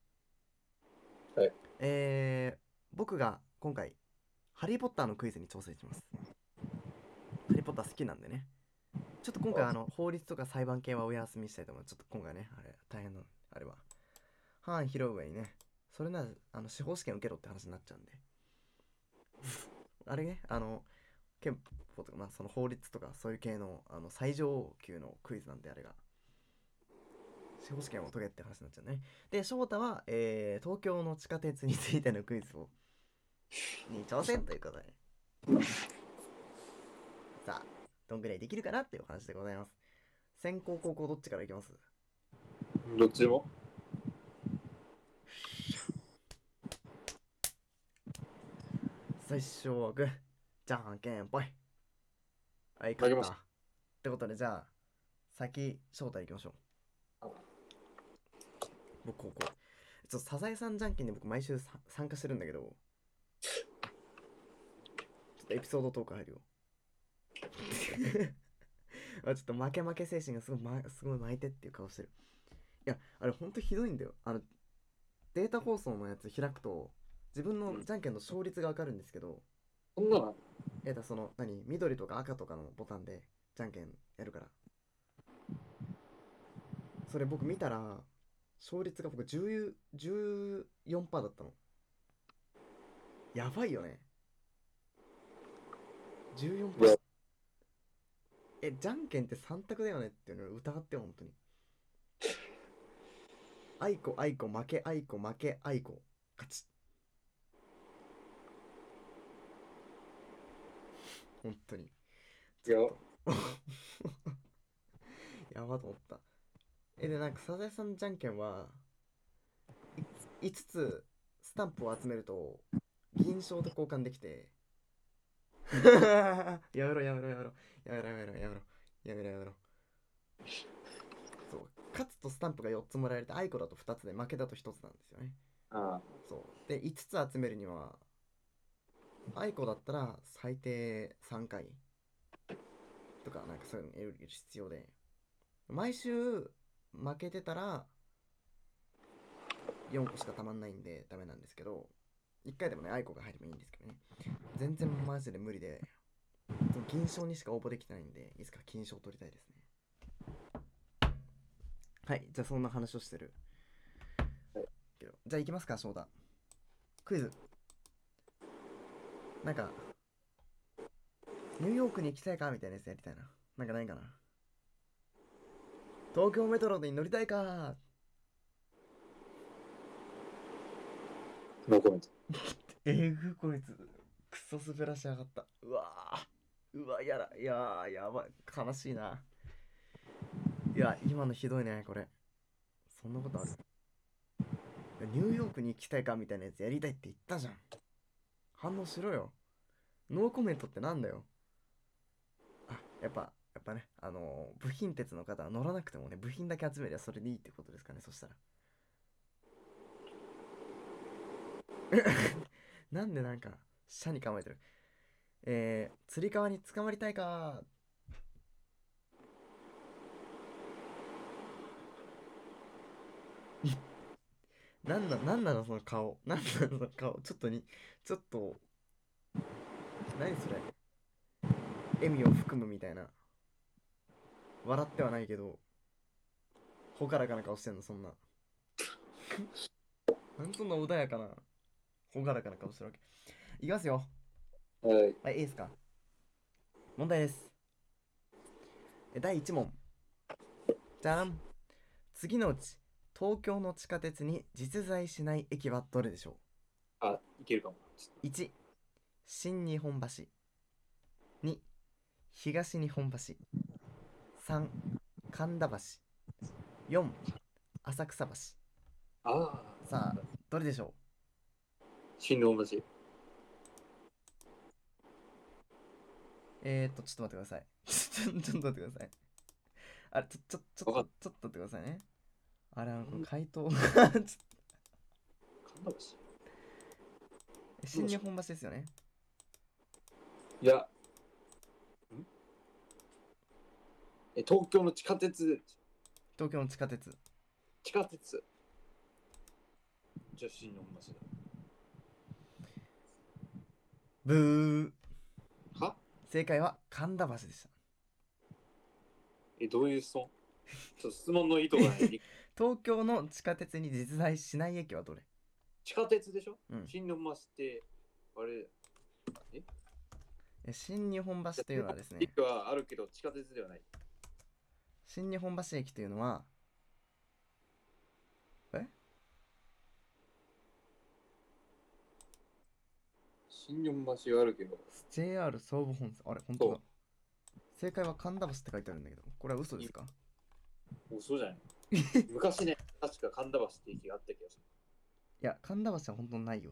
E: はい
A: えー僕が今回ハリー・ポッターのクイズに挑戦しますハリー・ポッター好きなんでねちょっと今回
E: あ
A: あの法律とか裁判系はお休みしたいと思いますちょっと今回ねあれ大変なあれは範囲広い上にねそれならあの司法試験受けろって話になっちゃうんであれねあの憲法とか、まあ、その法律とかそういう系のあの最上級のクイズなんであれが司法試験を解けって話になっちゃうねで翔太は、えー東京の地下鉄についてのクイズをに挑戦ということでさあどんぐらいできるかなっていうお話でございます先攻後攻どっちからいきます
E: どっちでも
A: 最初はグーじゃんけんぽいはい
E: 負け
A: 勝っ
E: ま
A: た
E: した
A: ってことでじゃあ先翔太いきましょう
E: あ
A: 僕ここちょっとサザエさんじゃんけんに僕毎週さ参加してるんだけどちょっとエピソードトーク入るよ あちょっと負け負け精神がすごい,、ますごい巻いてっていう顔してるいやあれほんとひどいんだよあのデータ放送のやつ開くと自分のじゃんけんの勝率がわかるんですけど、
E: そんなの
A: えだその何緑とか赤とかのボタンでじゃんけんやるからそれ僕見たら勝率が僕10 14%だったのやばいよね
E: いや
A: 14%えじゃんけんって3択だよねっていうのを疑って よ本当にあいこあいこ負けあいこ負けあいこ勝ち本当に
E: いや、
A: やばと思ったえでなんかサザエさんじゃんけんはい5つスタンプを集めると銀賞と交換できて やめろやめろやめろやめろやめろやめろやめろやめろそう勝つとスタンプが4つもらえるとあいこだと2つで負けだと1つなんですよね
E: ああ、
A: そうで5つ集めるにはアイコだったら最低3回とかなんかそういうの得る必要で毎週負けてたら4個しかたまんないんでダメなんですけど1回でもねアイコが入ればいいんですけどね全然マジで無理で金賞にしか応募できてないんでいつか金賞取りたいですねはいじゃあそんな話をしてるけどじゃあ行きますか翔太クイズなんかニューヨークに行きたいかみたいなやつやりたいななんかないかな東京メトロに乗りたいか
E: ノーコメント。
A: えぐこいつクソ滑らしやがったうわーうわやらいやーやばい悲しいないや今のひどいねこれそんなことあるいやニューヨークに行きたいかみたいなやつやりたいって言ったじゃん反応しろよノーコメントってなんだよあやっぱやっぱねあのー部品鉄の方は乗らなくてもね部品だけ集めりゃそれでいいってことですかねそしたらなんでなんか、車に構えてる。えー、釣り革に捕まりたいか なんだ、なんなのその顔。なんなのその顔。ちょっとに、ちょっと、何それ。笑みを含むみたいな。笑ってはないけど、ほからかな顔してんの、そんな。 なんでそんな穏やかな、ほからかな顔してるわけ。いきますよ。
E: はい。
A: はい、いいですか。問題です。え第1問。じゃらん。次のうち、東京の地下鉄に実在しない駅はどれでしょ
E: あ、いけるかも。
A: う ?1、新日本橋。2、東日本橋。3、神田橋。4、浅草橋。
E: ああ、
A: さあ、どれでしょ
E: 新郎橋。
A: うえーっと、ちょっと待ってください。 ちょちょっと待ってください。あれ、ちょ、ちょ、ちょっ
E: わか
A: と
E: っ、
A: ちょっと待ってくださいね。あれ、あの、この回答がちょっと
E: 神田橋。
A: 新日本橋ですよね。
E: いや。んえ、東京の地下鉄、
A: 東京の地下鉄。
E: 地下鉄。じゃあ新郎橋だ。
A: ブー。
E: は
A: 正解は神田橋でした。
E: え、どういう質問ちょっと質問の意図が ない。
A: 東京の地下鉄に実在しない駅はどれ
E: 地下鉄でしょ
A: うん。
E: 新郎橋って、あれ、
A: え新日本橋というのはですね、
E: 駅はあるけど地下鉄ではない。
A: 新日本橋駅というのは、
E: 新日本橋はあるけど、
A: JR 総武本線。あれ、本当
E: そ
A: だ。正解は神田橋って書いてあるんだけど、これは嘘ですか
E: もうそうじゃない 昔ね、確か神田橋って駅があった気がする。
A: いや、神田橋は本当にないよ。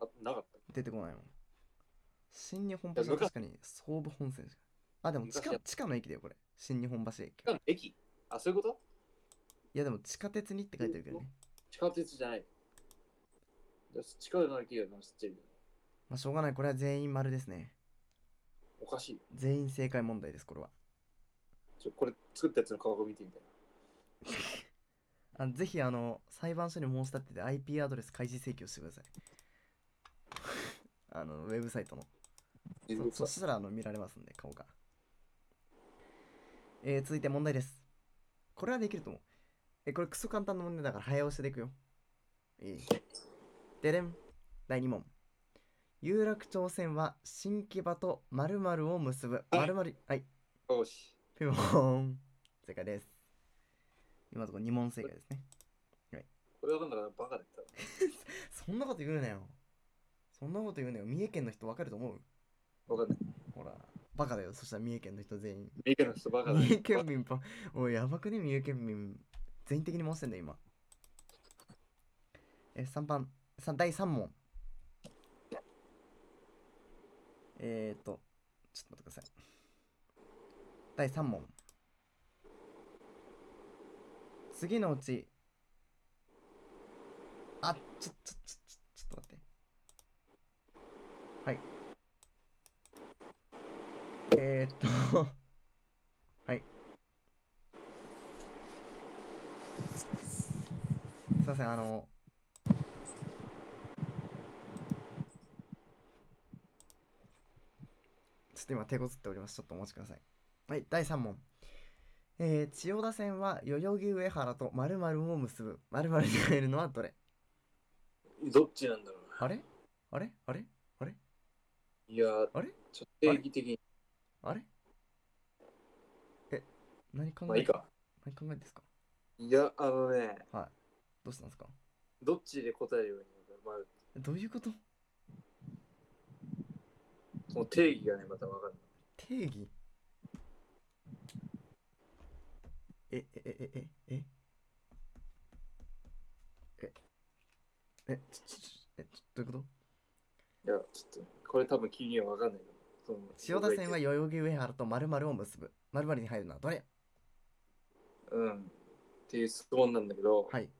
E: あ、なかった。
A: 出てこないもん。新日本橋は確かに総武本線しか。あ、でも地下
E: 昔
A: 地下の駅だよ、これ。新日本橋駅。
E: 地下の駅あ、そういうこと
A: いや、でも地下鉄にって書いてあるけどね。
E: 地下鉄じゃない。だ地下の駅が知ってる。
A: まあ、しょうがない。これは全員丸ですね。
E: おかしい。
A: 全員正解問題です、これは。
E: ちょこれ作ったやつの顔を見てみたい
A: あぜひ、あの、裁判所に申し立てて IP アドレス開示請求してください。 あの、ウェブサイトの。
E: な。
A: そそしたら、あの、見られますんで、顔が。えー、続いて問題です。これはできると思う。え、これクソ簡単な問題だから早押しでいくよ。いい。ででん。第2問。有楽町線は新木場と〇〇を結ぶ。
E: い
A: 〇〇、はい。
E: よし。
A: ピンポーン。正解です。今のところ2問正解ですね。
E: これわかんなかったらバカだったら。
A: そんなこと言うなよ。そんなこと言うなよ。三重県の人わかると思う
E: わかんない。
A: ほら。バカだよ。そしたら三重県の人全員。
E: 三重県の人バカだ。
A: 三重県民ば、おい、やばくね三重県民。全員的に回してんだよ、今。え、3番。三第3問。えーっと、ちょっと待ってください。第3問。次のうち、あ、ちょ、ちょ、ちょ、ちょちょっと待って。はい。えーっと、はい。すいません、あの、ちょっと今手こずっております。ちょっとお待ちください。はい、第3問。えー、千代田線は代々木上原と〇〇を結ぶ。〇〇に入るのはどれ
E: どっちなんだろうな。
A: あれあれあれ
E: いやー、
A: あれ
E: ちょっと定義的に。
A: あれえ、何考え、
E: まあいいか。
A: 何考えてんですか
E: いや、あのね、
A: はい。どうしたんですか
E: どっちで答えるようにまあ、
A: えどういうこと
E: その定義がね、またわかんない。
A: 定義ええええええええちちちえちどういうこと
E: いや、ちょっと、これ多分君にはわかんないけど。その
A: 千代田線は代々木上原と〇〇を結ぶ〇〇に入るのはどれ
E: うん。っていう質問なんだけど、
A: はい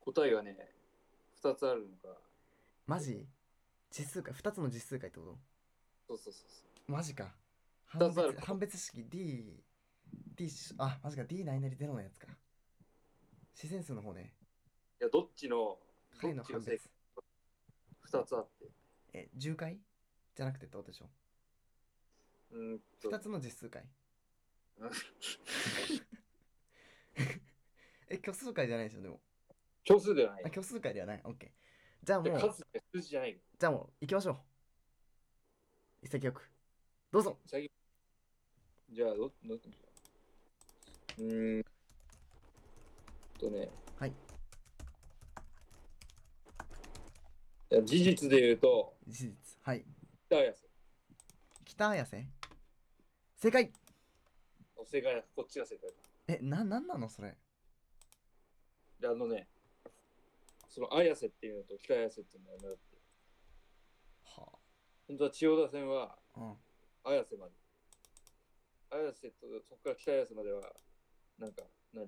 E: 答えがね、2つあるのか。
A: マジ実数回2つの実数回ってこ
E: そうそうそうそう。
A: とマジか
E: 二
A: 判
E: つある
A: 別判別式 D D あマジか D ないなり0のやつか自然数の方ね
E: いや、どっちの
A: 回の判別
E: 2つあって。
A: え10回じゃなくてってことでしょ
E: うーんと
A: 2つの実数回
E: うん
A: え虚数回じゃないでしょでも
E: 虚数ではない
A: あ。虚数回ではないオッケーじゃあもう
E: 数って数字じゃない。
A: じゃあもう行きましょう一石よくどうぞ
E: じゃあ、ど、ど、うーんとね。
A: はい。
E: いや事実で言うと、
A: 事実はい
E: 北綾瀬。
A: 北綾瀬正解
E: 正解だこっちが正解だ。
A: えななんなのそれ
E: で、あのね、その綾瀬っていうのと北綾瀬っていうのが目立って、
A: は
E: 本当は千代田線は
A: あうん
E: 綾瀬まで。綾瀬と、そこから北綾瀬までは、なんか、何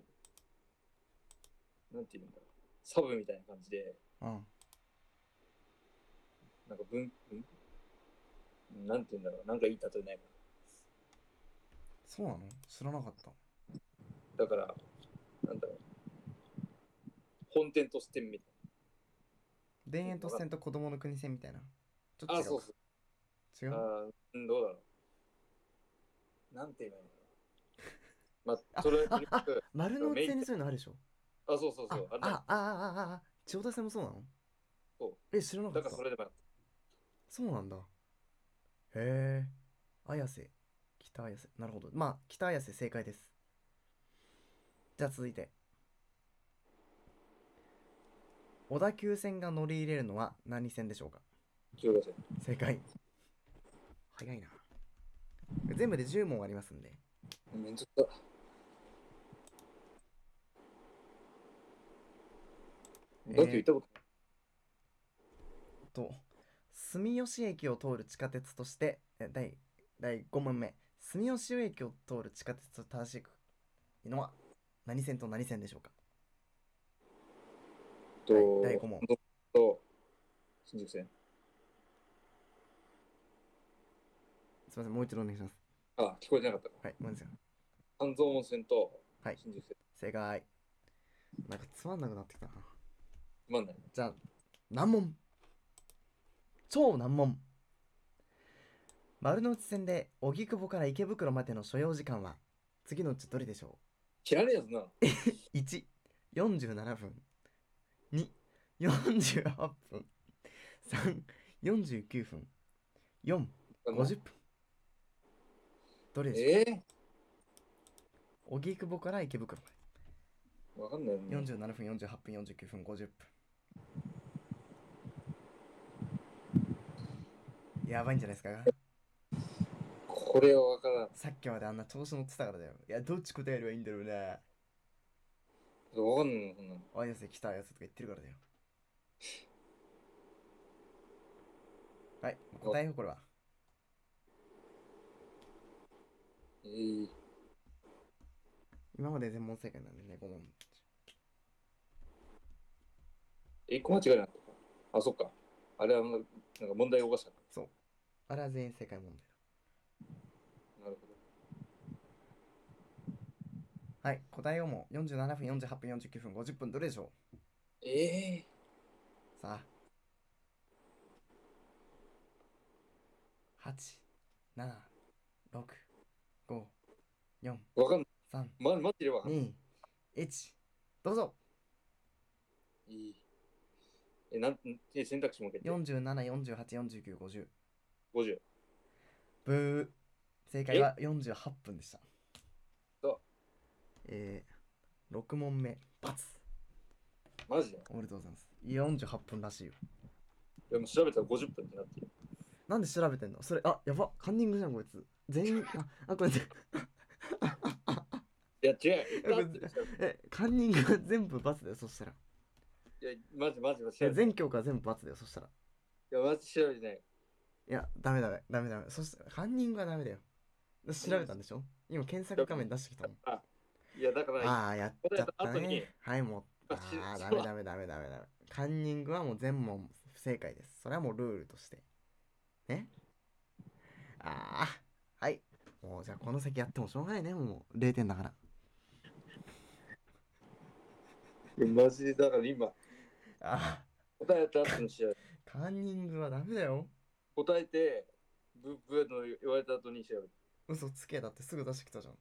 E: なんていうんだろう。サブみたいな感じで、
A: うん
E: なんか文、文なんていうんだろう。なんかいい例えないか
A: そうなの知らなかった
E: な。だから、なんだろう。本店としてみたい
A: 田園都市線と子供の国線みたいなちょっと
E: な。あ、
A: 違う
E: そう
A: か
E: そう。
A: 違う
E: あーうん、どうだろう。なんて言えばいいのかな。ま あ、それはとにかく、
A: 丸の内線にそういうのあるでしょ
E: あ、そうそう
A: あ
E: そう。あ
A: ああああああ千代田線もそうなの
E: そ
A: え知らなか
E: だ
A: っ
E: か
A: た
E: らそれでもやっ
A: そうなんだへえ綾瀬北綾瀬なるほどまあ北綾瀬正解ですじゃあ続いて小田急線が乗り入れるのは何線でしょうか
E: た中央線。
A: 正解早いな全部で10問ありますんで
E: めんどくさ。
A: えー
E: だって言ったこと
A: と住吉駅を通る地下鉄としてえ第第5問目住吉駅を通る地下鉄と正しくのは何線と何線でしょうか
E: と、
A: 第第五問
E: と、新宿線。
A: すみませんもう一度お願いします
E: あ、聞こえてなかったか。
A: はい何ですか
E: 半蔵門線と
A: はい
E: 新宿線。
A: 正解なんかつまんなくなってきたな
E: つまんない。
A: じゃあ難問超難問丸の内線で荻窪から池袋までの所要時間は次のうちどれでしょ
E: 知らねえやつな。
A: う147分248分349分450分どれでしょう
E: ええ
A: 荻窪から池袋まで
E: わかんないよね。
A: 47分48分49分50分やばいんじゃないですか
E: これはわからん。
A: さっきまであんな調子乗ってたからだよいやどっち答えればいいんだろうな
E: わかんないの、そんなの。
A: あやせ来たやつとか言ってるからだよはい答えようこれは
E: えー、
A: 今まで全問正解なんでね5問
E: 一個間違いなかったか。あ、そっか。あれはなんか問題がおかしかっ
A: そうあれは全員正解問題
E: た。なるほど。
A: だはい答えようも47分48分49分50分どれでしょ
E: ええ
A: うさあ87654321
E: わかんない。ま、マジでわかんない。
A: どうぞ
E: いい。え、なん、え、選択肢も受けて。
A: 47484950
E: 50。
A: ブー正解は48分でした
E: そう
A: えー、6問目バツ
E: マジで。
A: おめでとうございます48分らしいよ
E: でも調べたら50分ってなってる。
A: なんで調べてんのそれあやばカンニングじゃんこいつ全員ああこれで
E: いや、違う。言ったって調べ
A: えカンニングが全部バツだよそしたら
E: いや、マジマジマジ。調
A: え
E: べて
A: 全教科全部バツだよそしたら
E: いや、マジ調べてない。
A: いやダメダメダメダメそしたらカンニングはダメだよ調べたんでしょ今検索画面出してきたもん
E: いや、だから、
A: ああ、やっちゃった
E: これ後に
A: ね。はい、も
E: あ
A: う。あ
E: し
A: あー、
E: し
A: ダメダメダメダメダメ。カンニングはもう全問不正解です。それはもうルールとして。ねああ、はい。もうじゃあこの先やってもしょうがないね、もう0点だから。
E: マジでだから今
A: あ
E: 答えた後の試合
A: カンニングはダメだよ
E: 答えてブッブーの言われた後に調べる
A: 嘘つけだってすぐ出してきたじゃん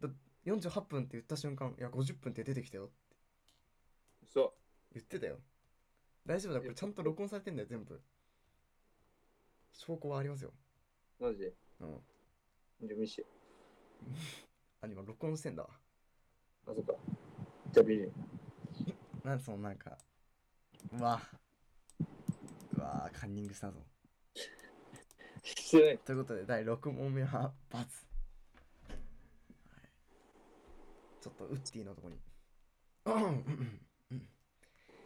A: だ48分って言った瞬間いや50分って出てきたよ
E: そう
A: 言ってたよ大丈夫だこれちゃんと録音されてんだよ全部証拠はありますよ
E: マジで
A: うん
E: じゃあ見して
A: あ今録音してんだわ
E: あそっかじゃあ見る
A: なんでそのなんかうわうわカンニングしたぞ
E: してない
A: ということで第6問目は×、はい、ちょっとウッディのとこに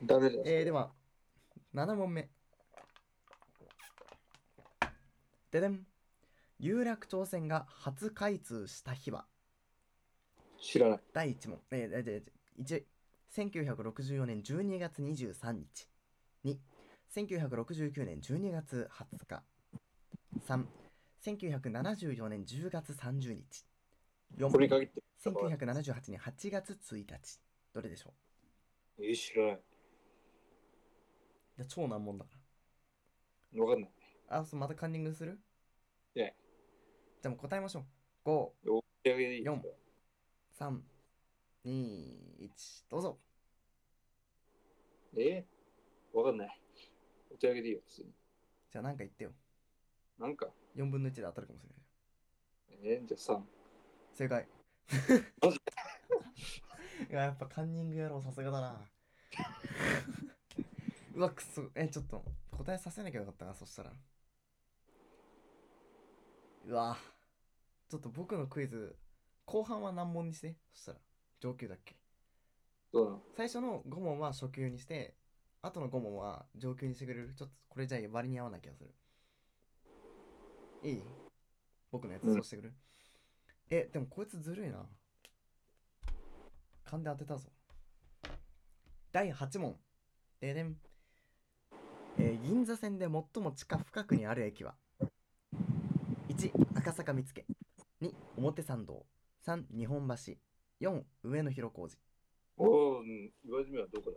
E: ダメだよ
A: えー、では7問目ででん有楽町線が初開通した日は
E: 知らない
A: 第1問えー、えー、1 1964年12月23日21969年12月20日31974年10月30日
E: これに限って
A: 41978年8月1日どれでしょう
E: えー知らない
A: じゃあ超難問だから
E: わかんない
A: あ、そう、またカンニングする
E: いや
A: じゃあもう答えましょう。5、
E: お手上げでいい
A: 四3、2、1、どうぞ。
E: えーわかんないお手上げでいいよ普通に
A: じゃあなんか言ってよ。
E: なんか
A: 4分の1で当たるかもしれない。
E: えーじゃあ3
A: 正解。 いや、やっぱカンニング野郎さすがだな。うわ、くそ。え、ちょっと答えさせなきゃよかったな、そしたら。うわ。ちょっと僕のクイズ、後半は難問にして。そしたら、上級だっけ
E: どうなの
A: 最初の5問は初級にして後の5問は上級にしてくれるちょっとこれじゃ割に合わない気がするいい僕のや
E: う
A: つ
E: ん
A: そうしてくれる、えでもこいつずるいな勘で当てたぞ第8問ででん、えー銀座線で最も地下深くにある駅は1赤坂見附2表参道3日本橋4上野広小路
E: おお言われてみればどこだ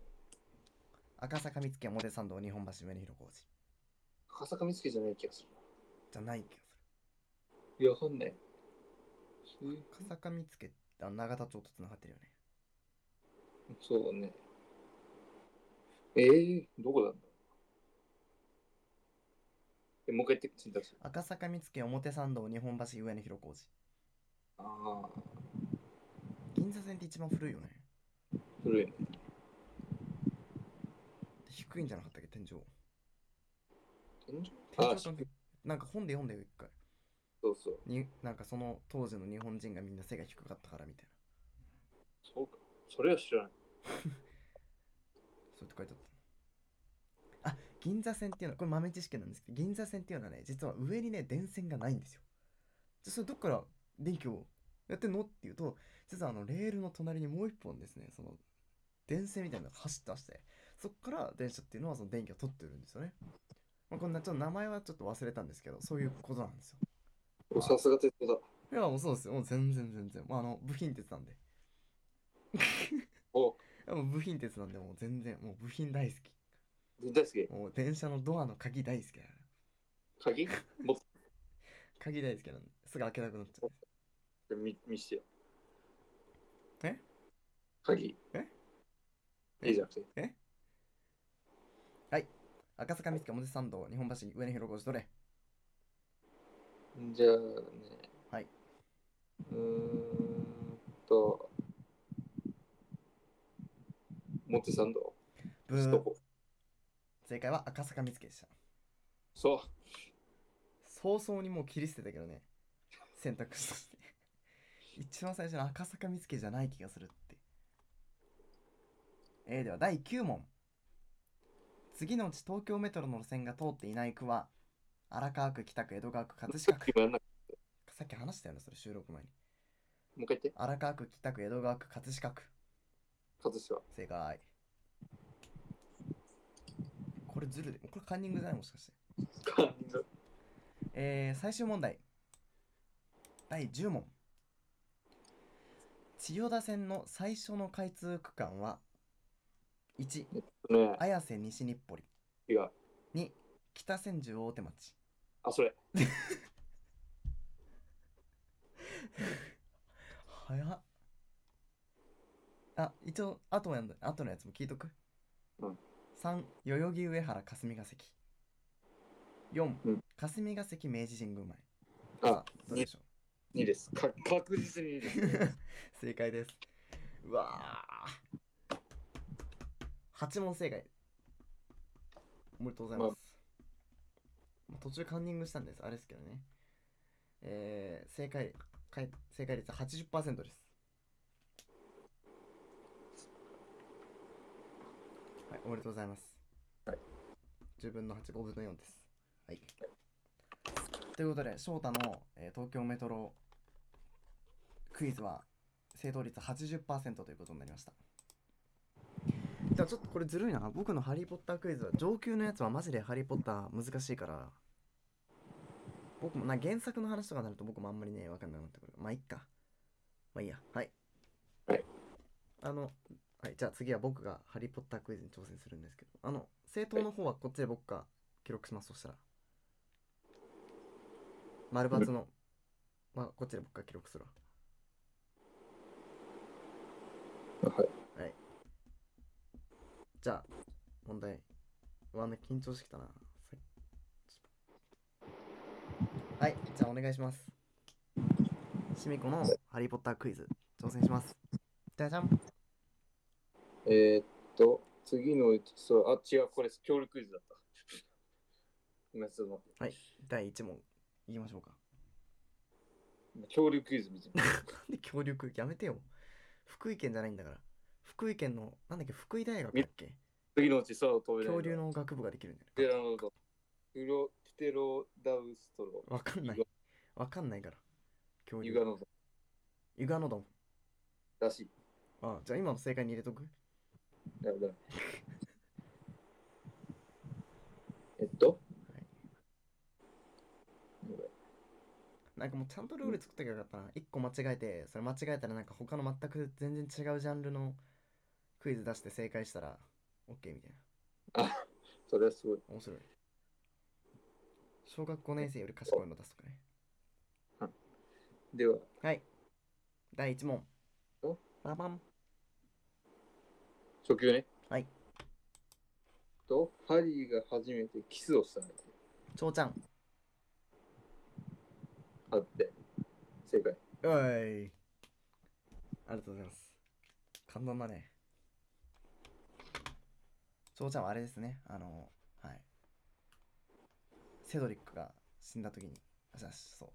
A: 赤坂見附表参道日本橋上野広小路
E: 赤坂見附じゃない気がす
A: じゃない気がす
E: るいやわかんないえー
A: る赤坂見附ってあの永田町とつながってるよね
E: そうだね。えー、どこなんだろうえ、もう一回言って、次出す。
A: 赤坂見附表参道日本橋上野広小路
E: ああ、
A: 銀座線って一番古いよね
E: 古いね。
A: 低いんじゃなかったっけ天井
E: 天井
A: 天
E: あ
A: 井関係なんか本で読んだよ一回
E: そうそう。
A: になんかその当時の日本人がみんな背が低かったからみたいな
E: そうか。それは知らない。
A: そうやって書いてあったあ銀座線っていうのはこれ豆知識なんですけど銀座線っていうのはね実は上にね電線がないんですよじゃそれどっから電気をやってんのっていうと実はあのレールの隣にもう一本ですねその電線みたいなのが走ってましてそっから電車っていうのはその電気を取ってるんですよね、まあ、こんなちょっと名前はちょっと忘れたんですけどそういうことなんですよ
E: おさすが鉄道だ。
A: いやもうそうですよもう全然全然、まあ、あの部品鉄なんで
E: お
A: いやもう部品鉄なんでもう全然もう部品大好
E: 大好き
A: き。もう電車のドアの鍵大好きだから
E: 鍵もっ
A: 鍵大好きなんですぐ開けなくなっちゃう
E: と見見してよ。
A: え
E: 鍵
A: え
E: いいじゃなくて。
A: 赤坂見附表参道日本橋上野広小路どれ
E: じゃあね。
A: はい。
E: うーんと。表参道。
A: ブ
E: ど
A: ー
E: こ
A: 正解は赤坂見附でした
E: そう。
A: 早々にもう切り捨てたけどね選択肢として一番最初の赤坂見附じゃない気がするってえー、では第9問次のうち東京メトロの路線が通っていない区は荒川区北区江戸川区葛飾区
E: 今やんな
A: さっき話したよねそれ収録前に
E: もう一回言って。
A: 荒川区北区江戸川区葛飾区
E: 外しは。
A: 正解これずるでこれカンニングじゃないもしかして
E: カンニング
A: えー、最終問題第10問千代田線の最初の開通区間は1
E: ね
A: 綾瀬西日暮里
E: 違う。
A: 2北千住大手町
E: あ、それ。
A: 早っあ一応後もやんだ後のやつも聞いとく、
E: うん
A: 3代々木上原霞が関4、
E: うん
A: 霞が関明治神宮前
E: あ
A: さどれでしょ
E: 2です。か確実に2です。
A: う正解ですうわー8問正解おめでとうございます、途中カンニングしたんですあれですけどねえー、正解かい正解率80%ですはいおめでとうございます、
E: はい、
A: 10分の85分の4ですはいということで翔太の、えー東京メトロクイズは正答率80%ということになりましたじゃあちょっとこれずるいな僕の「ハリー・ポッター」クイズは上級のやつはマジで「ハリー・ポッター」難しいから僕もな原作の話とかになると僕もあんまりね分かんなくなってくるまあいっかまあいいやはい
E: はい
A: あのはいじゃあ次は僕が「ハリー・ポッター」クイズに挑戦するんですけどあの正答の方はこっちで僕が記録しますそしたら丸×のまあこっちで僕が記録するわ
E: はい。
A: じゃあ、問題。うわ、なんか緊張してきたな。さはい、じゃあお願いします。シミコのハリー・ポッタークイズ、挑戦します。じゃじゃん。
E: えー、っと、次の、そう、あ、違う、これ、協力クイズだった。ごめんなさい、ちょっと待って
A: 第1問、言いましょうか。
E: 恐竜クイズ見てみる
A: なんで協力やめてよ。福井県じゃないんだから。福井県の、なんだっけ、福井大学だっけ
E: 次のうち空を飛べない
A: 恐竜の学部ができるんだよ。
E: テラノドンプロプテロダウストロ
A: わかんない。わかんないから。恐
E: ユガ
A: 竜。
E: ノドン
A: ユガノドン。
E: らしい
A: あ、じゃあ今の正解に入れとく
E: だから えっと、
A: はい
E: やばい
A: なんかもうちゃんとルール作ってよかったな。1個間違えて、それ間違えたらなんか他の全く全然違うジャンルのクイズ出して正解したら OK みたいな。
E: あそれはすごい
A: 面白い。小学5年生より賢いの出すとかね。
E: では
A: はい。第1問
E: お。
A: ババン。
E: 初級ね
A: はい
E: とハリーが初めてキスをした相手
A: ちょうちゃん。
E: あって正解
A: おい。ありがとうございます。感動だね。ちょうちゃんはあれですね。あの、はい。セドリックが死んだ時に、あじゃあそう。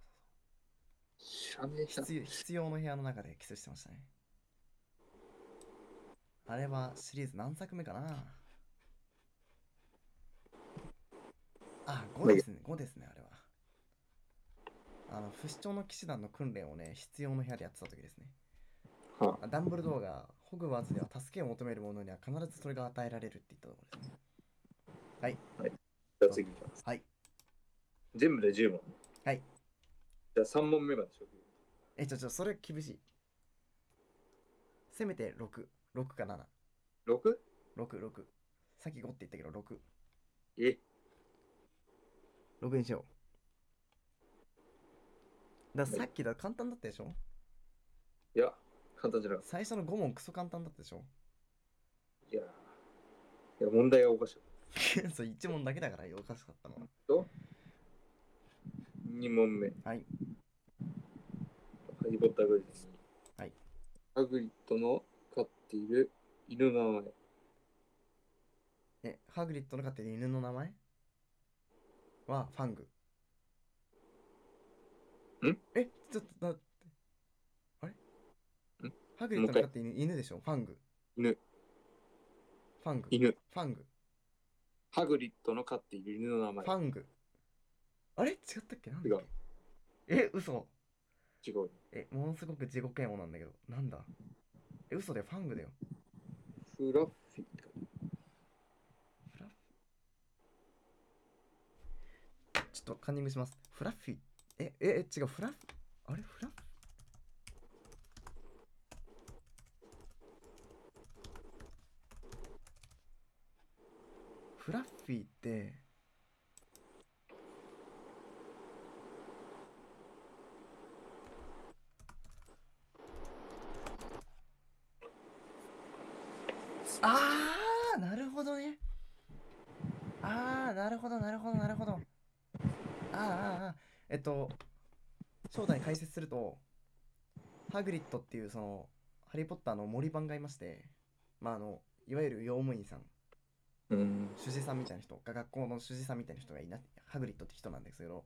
E: 知らねえ人
A: 必要必要の部屋の中でキスしてましたねあれはシリーズ何作目かなあ5ですね5ですねあれはあの不死鳥の騎士団の訓練をね必要の部屋でやってた時ですね
E: は
A: あダンブルドアがホグワーツでは助けを求める者には必ずそれが与えられるって言ったところですね
E: じゃあ次
A: はい
E: 全部で10問
A: はい
E: じゃあ3問目まで初級
A: えちょちょそれ厳しいせめて66か
E: 6?
A: 766さっき5って言ったけど6
E: え
A: ログインしよう。だからさっきだ簡単だったでしょ
E: いや簡単じゃなかっ
A: 最初の5問クソ簡単だったでしょ
E: たいやいや問題がおかしい
A: そう1問だけだからおかしかったの。
E: 2問目
A: はい。
E: ハリー・ポッターグリです。
A: はい。
E: ハグリッドの飼っている犬の名前。
A: え、ハグリッドの飼ってる犬の名前はファング。
E: ん
A: え、ちょっとだって。あれ
E: ん
A: ハグリッドの飼ってる犬犬でしょファング。
E: 犬。
A: ファング。
E: 犬。
A: ファング。
E: ハグリッドの飼っている犬の名前
A: フ。ァング。あれ違ったっけなんだっけえ、嘘。
E: 違う。
A: え、ものすごく地獄嫌悪なんだけど、なんだえ、嘘だよ、ファングだよ。
E: フラッフィーって書いて
A: ちょっとカンニングします。フラッフィー。え、え、え違う、フラッ、あれフラッフィーってああなるほどねああなるほどなるほどなるほどああああああえっと正代解説するとハグリッドっていうそのハリー・ポッターの森番がいましてまああのいわゆる用務員さん
E: うん。
A: 主事さんみたいな人が学校の主事さんみたいな人がいなハグリッドって人なんですけど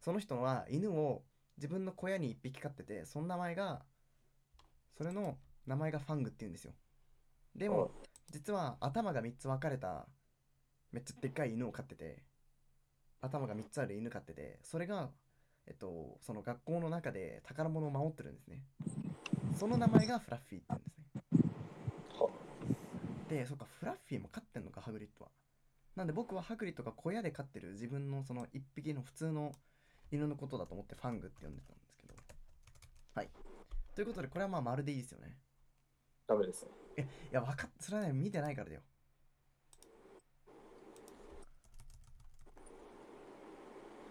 A: その人は犬を自分の小屋に1匹飼っててその名前がそれの名前がファングって言うんですよでも実は頭が3つ分かれためっちゃでっかい犬を飼ってて頭が3つある犬飼っててそれがえっとその学校の中で宝物を守ってるんですねその名前がフラッフィーって言うんですね
E: は
A: でそっかフラッフィーも飼ってんのかハグリッドはなんで僕はハグリッドが小屋で飼ってる自分のその1匹の普通の犬のことだと思ってファングって呼んでたんですけどはいということでこれはまあまるでいいですよね
E: ダメですね。
A: いや分かっそれはね見てないからだよ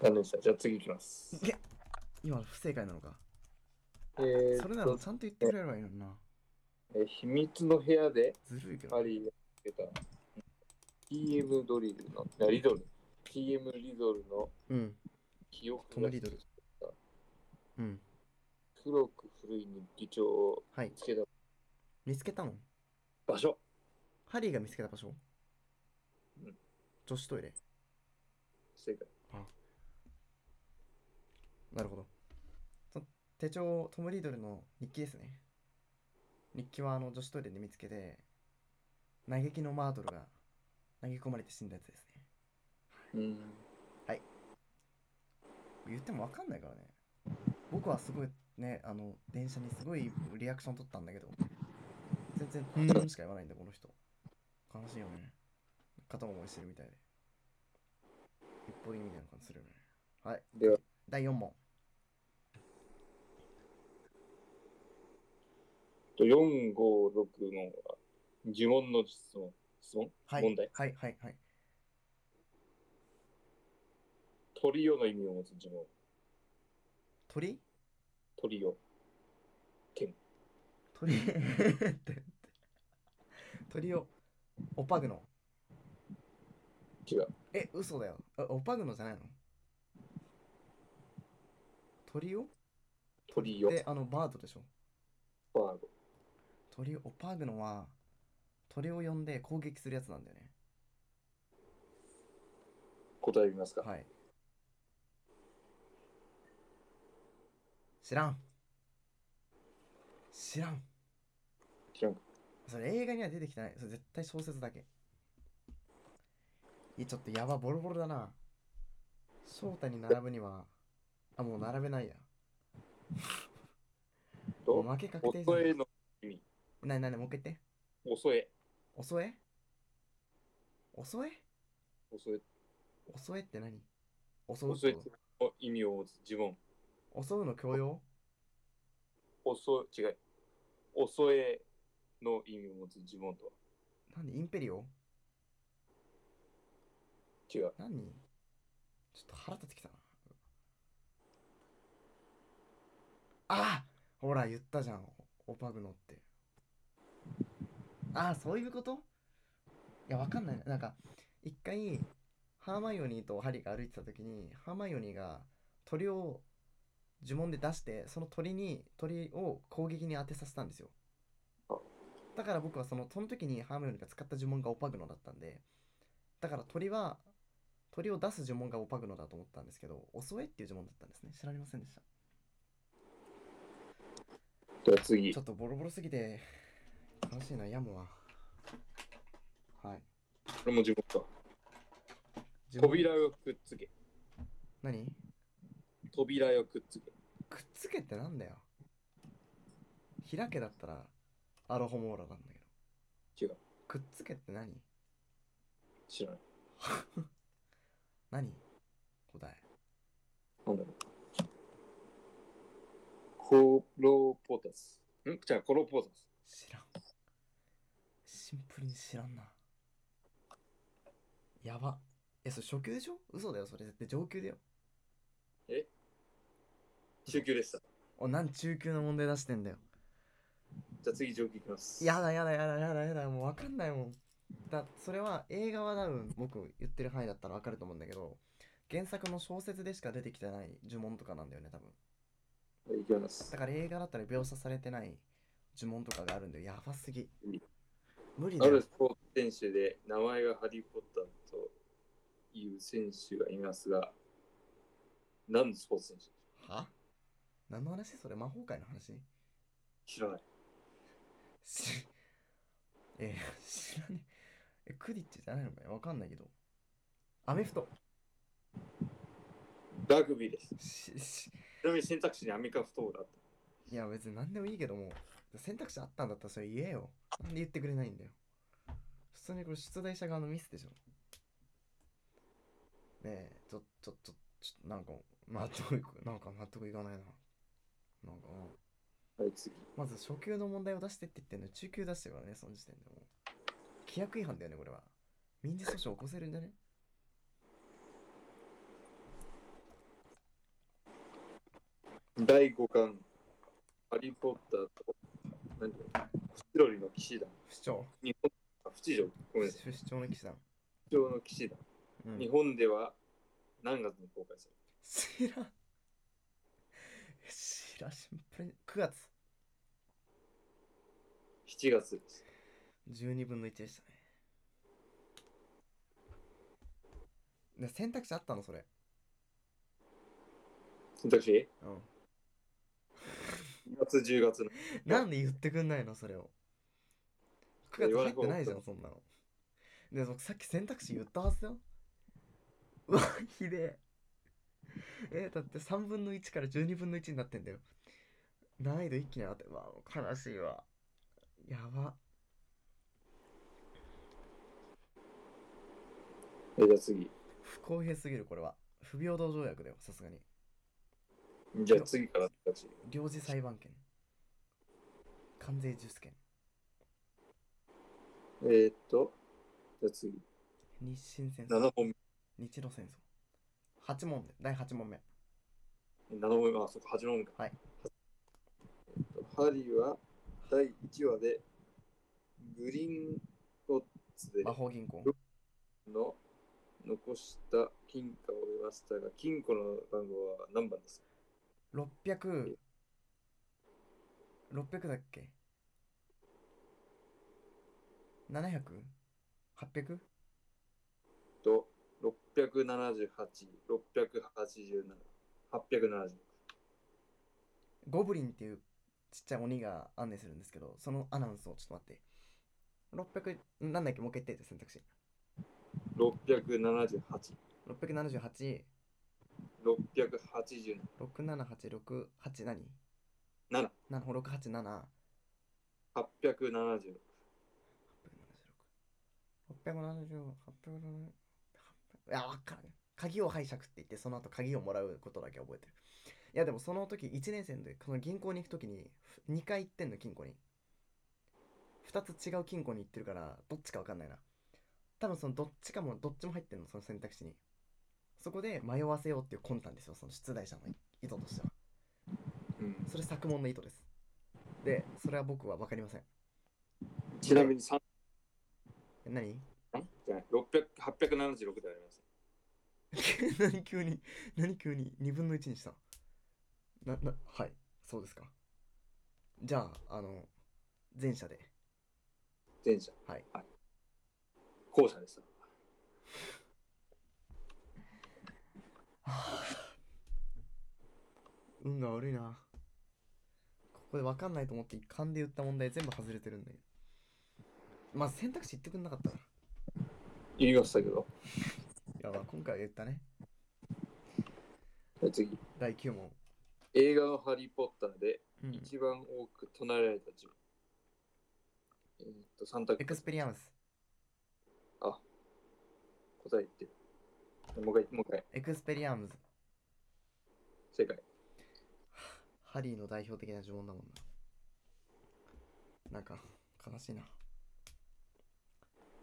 E: ダメでした。じゃあ次行き ます。
A: いや今の不正解なのか
E: えーっと
A: それならちゃんと言ってくれればいいのにな
E: えー秘密の部屋で
A: ずるいけど
E: ハリーが受けた TM ドリルの、いやリドル。TM リドルの
A: うん
E: 記憶
A: トムリドルうん
E: 黒く古い日記帳を
A: はい
E: つけた
A: 見つけたの
E: 場所。
A: ハリーが見つけた場所
E: うん
A: 女子トイレ
E: 正解。
A: なるほど。そ手帳、トム・リードルの日記ですね。日記はあの女子トイレで見つけて、嘆きのマードルが投げ込まれて死んだやつですね。
E: うん。
A: 言ってもわかんないからね。僕はすごいね、あの、電車にすごいリアクション取ったんだけど、全然、うーんしか言わないんだ、この人。悲しいよね。片思いしてるみたいで。一方的みたいな感じするよね。はい。
E: では、
A: 第4問。
E: 4、5、6の呪文の質問。質問
A: はい。
E: 問題
A: はい、はい、はい。
E: トリオの意味を持つ呪文。
A: 鳥
E: トリオ。
A: 鳥って鳥をオパグノ
E: 違う。
A: え嘘だよあオパグノじゃないの鳥を
E: トリオ。
A: であのバードでしょ
E: バード。
A: 鳥をオパグノは鳥を呼んで攻撃するやつなんだよね
E: 答え見ますか、
A: はい知らん知らん
E: 知らんか
A: それ映画には出てきてないそれ絶対小説だけいいちょっとやばボロボロだな翔太に並ぶにはあもう並べないやもう
E: と、
A: 負け確定じゃ
E: 遅え
A: ん
E: の、
A: なになにもう一回言って
E: 遅え。
A: 遅え遅え
E: 遅え。
A: 遅えって何襲うっ
E: 遅
A: て
E: え
A: こと
E: の意味を持つ呪文。
A: 襲うの強要
E: 遅え、違う。遅えの意味を持つ呪文とは
A: なんでインペリオ
E: 違う。
A: 何ちょっと腹立ってきたなあーほら言ったじゃんオパグノってああそういうこといやわかんないななんか一回ハーマイオニーとハリーが歩いてた時にハーマイオニーが鳥を呪文で出してその鳥に鳥を攻撃に当てさせたんですよだから僕はそのその時にハーマイオニーが使った呪文がオパグノだったんでだから鳥は鳥を出す呪文がオパグノだと思ったんですけど遅えっていう呪文だったんですね知られませんでした
E: では次
A: ちょ、っとボロボロすぎて悲しいなやむわはい
E: これも呪文か。
A: 呪文
E: 扉をくっつけ。
A: 何
E: 扉をくっつけ。
A: くっつけってなんだよ開けだったらアロホモーラなんだけど
E: 違う
A: くっつけって何
E: 知らない。
A: 何答え
E: なんだろう。コロポタス。んじゃあ、コロポタス。
A: 知らんシンプルに知らんなやばえ、それ初級でしょ嘘だよ、それ絶対上級だよ。
E: 中級でした。
A: お、なん中級の問題出してんだよ。
E: じゃあ次上級いきます。
A: やだやだやだやだやだ、もうわかんないもん。だ、それは映画は多分僕言ってる範囲だったらわかると思うんだけど、原作の小説でしか出てきてない呪文とかなんだよね、多分。
E: はい、いきます
A: だ。から映画だったら描写されてない呪文とかがあるんだよ。やばすぎ。無理だ
E: ある
A: よ
E: ス。ポーツ選手で名前がハリー・ポッターという選手がいますが、何のスポーツ選手
A: は何の話それ魔法界の話
E: 知らない。
A: し、 えー、知らねえ。え、クディッチじゃないのかよわかんないけど。アメフト。
E: ラグビーです。
A: し、
E: ち
A: し、
E: なみに選択肢にアメリカンフットボールあっ
A: いや別に何でもいいけども、選択肢あったんだったらそれ言えよ。なんで言ってくれないんだよ。普通にこれ出題者側のミスでしょ。ねえ、ちょ、ちょ、ちょ、ちょ、なんか、納得いく、なんか納得いかないな。なんか、うん
E: た。はい、次。
A: まず初級の問題を出してって言ってんのに中級出してるからね、その時点でもう。規約違反だよね、これは。民事訴訟起こせるんじゃね
E: 第5巻、ハリー・ポッターと、何だろう千鳥の騎士団。
A: 不調。
E: 日本、あ不地上、ごめんなさい。
A: 不調の騎士団。
E: 不地上の騎士団。
A: うん
E: 日本では何月に公開さ
A: 知らん。知らん、シンプルに。9月。
E: れる ?7 月です。
A: 12分の1でしたね。で選択肢あったのそれ。
E: 選択肢
A: うん。
E: ?2 月、10月の。
A: なんで言ってくんないのそれを。9月入ってないじゃん、そんなの。で、僕さっき選択肢言ったはずだよ。うわ、ひでえ。え、だって3分の1から12分の1になってんだよ。難易度一気に上がって、うわ、悲しいわ。やば。
E: はいじゃあ次。
A: 不公平すぎる、これは。不平等条約だよ、さすがに。
E: じゃあ次から選択肢。
A: 領事裁判権。関税受付権。
E: えー、っと、じゃあ次。
A: 日清戦争。
E: 7本目。
A: 日露戦争。8問で、第8問目。
E: 7本目、あ、そっか、8本目か。
A: はい。
E: えーっと、ハリーは第1話で、グリーンゴッツで
A: 魔法銀行。
E: の残した金貨を得ましたが、金庫の番号は何番ですか
A: 600 600だっけ ?700?800?
E: と、678、687、870。
A: ゴブリンっていうちっちゃい鬼が案内するんですけど、そのアナウンスをちょっと待って。600、なんだっけもう一回言ってって選択肢。
E: 678、
A: 678、
E: 687、
A: 678、68何
E: 7
A: ?7、687、
E: 876。
A: 876。いや、わかんない。鍵を拝借って言って、その後鍵をもらうことだけ覚えてる。いや、でもその時、1年生で、この銀行に行く時に、2回行ってんの、金庫に。2つ違う金庫に行ってるから、どっちかわかんないな。多分そのどっちかも、どっちも入ってんの、その選択肢に。そこで迷わせようっていう魂胆ですよ、その出題者の意図としては。
E: うん
A: それ作文の意図です。で、それは僕は分かりません。
E: ちなみに3、
A: え何
E: じゃない、600 876であります。
A: 何急に何急に2分の1にしたななはいそうですかじゃああの前者で
E: 前者。
A: はい。
E: 後者でした。
A: 運が悪いなここで分かんないと思って一貫で言った問題全部外れてるんだけどまあ選択肢言ってくんなかったな
E: 言いましたけど。
A: いやまあ今回は言ったね
E: じゃあ次。
A: 第9問
E: 映画のハリー・ポッターで
A: うん
E: 一番多く唱えられた字。えーっと、3択
A: エクスペリアンス
E: 答え言ってる。もう一回、もう一回、
A: エクスペリアンス
E: 正解。
A: ハリーの代表的な呪文だもんな。なんか、悲しいな。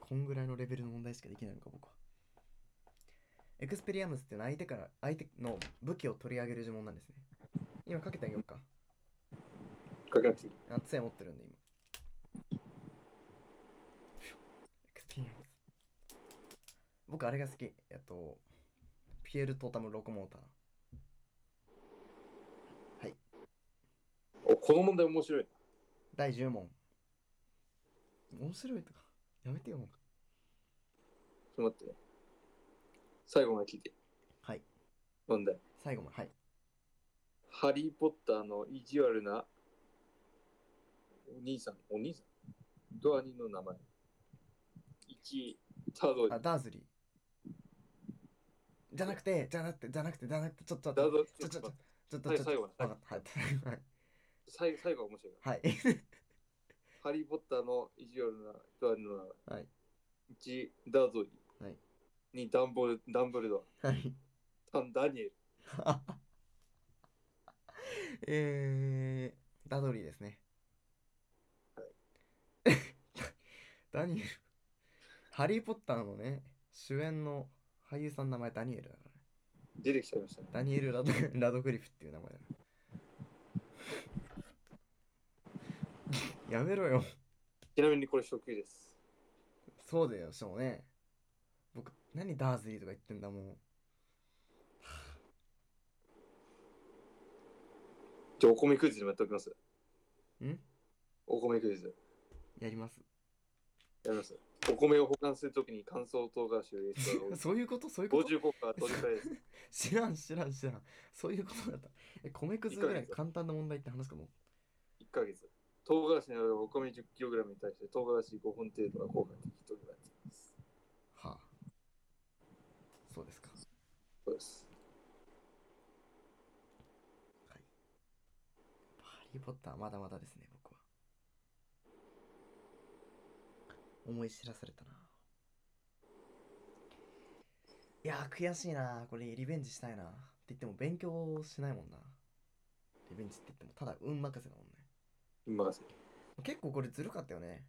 A: こんぐらいのレベルの問題しかできないのか、僕は。エクスペリアムスっていうのは相手から相手の武器を取り上げる呪文なんですね今かけてあげようか
E: かけなくていい。
A: あ杖持ってるんで今エクスペリアムス僕あれが好きえっとピエール・トータム・ロコモーター
E: お、この問題面白い。
A: 第10問面白いとかやめてよもう
E: ちょっと待ってね。最後まで聞いて。
A: はい
E: 問題。
A: 最後まではい
E: ハリー・ポッターの意地悪なお兄さん、お兄さんドアニの名前。1、タドリ
A: あ、。ダーズリー。じゃなくて、じゃなくて、じゃなくて、じゃなくて、ちょっと
E: ダ
A: 待
E: ド
A: っ
E: リ
A: て、ちょちょちょちょっと
E: はい
A: ちょっと、
E: 最後
A: わかったはい、
E: 最最後は面白いから。
A: はい、
E: ハリー・ポッターの意地悪なドアニの名前。
A: はい、
E: 1、ダドリ。
A: はい、
E: 2、ダンボルダンブルド
A: はい。
E: ア。3、ダニエル。
A: えー、ダドリーですね。ダニエル。ハリー・ポッターのね、主演の俳優さんの名前ダニエルだからね。
E: 出てきちゃいましたね。
A: ダニエル・ラド ラドクリフっていう名前だな。やめろよ。
E: ちなみにこれ初級です。
A: そうだよ、しかもね。僕、何ダーズリーとか言ってんだもん。
E: じゃあお米クイズでもやっておきます。
A: ん
E: お米クイズ。
A: やります。
E: やります。お米を保管するときに乾燥唐辛子を入れて
A: そういうことそういうこと
E: 55から取り替えです。
A: 知らん知らん知らん。そういうことだった。え、米くずぐらい簡単な問題って話かも。
E: 1ヶ月。唐辛子の量がお米 10kg に対して唐辛子5本程度が効果的と言われています。
A: はあ。そうですか。
E: そうです。
A: はい。ハリー・ポッター、まだまだですね、僕は。思い知らされたな。いやー、悔しいな。これ、リベンジしたいな。って言っても、勉強しないもんな。リベンジって言っても、ただ運任せだもんね。
E: 任せ。
A: 結構これずるかったよね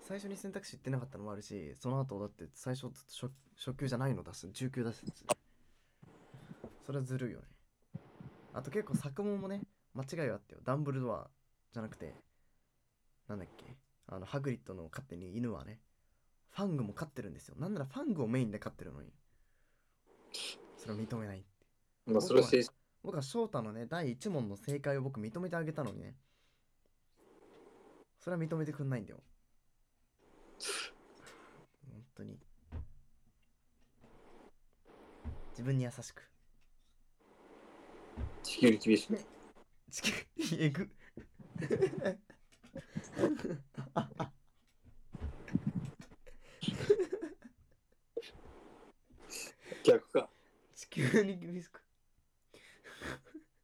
A: 最初に選択肢言ってなかったのもあるしその後だって最初ずっと初初級じゃないの出す中級出すそれはずるいよねあと結構作文もね間違いはあったよダンブルドアじゃなくてなんだっけあのハグリッドの飼ってる犬はねファングも飼ってるんですよなんならファングをメインで飼ってるのにそれを認めない
E: まあそれは正式。
A: 僕は翔太のね第1問の正解を僕認めてあげたのにねそれは認めてくんないんだよ本当に自分に優しく
E: 地球に厳しく。
A: 地球えぐ
E: 逆か。
A: 地球に厳しく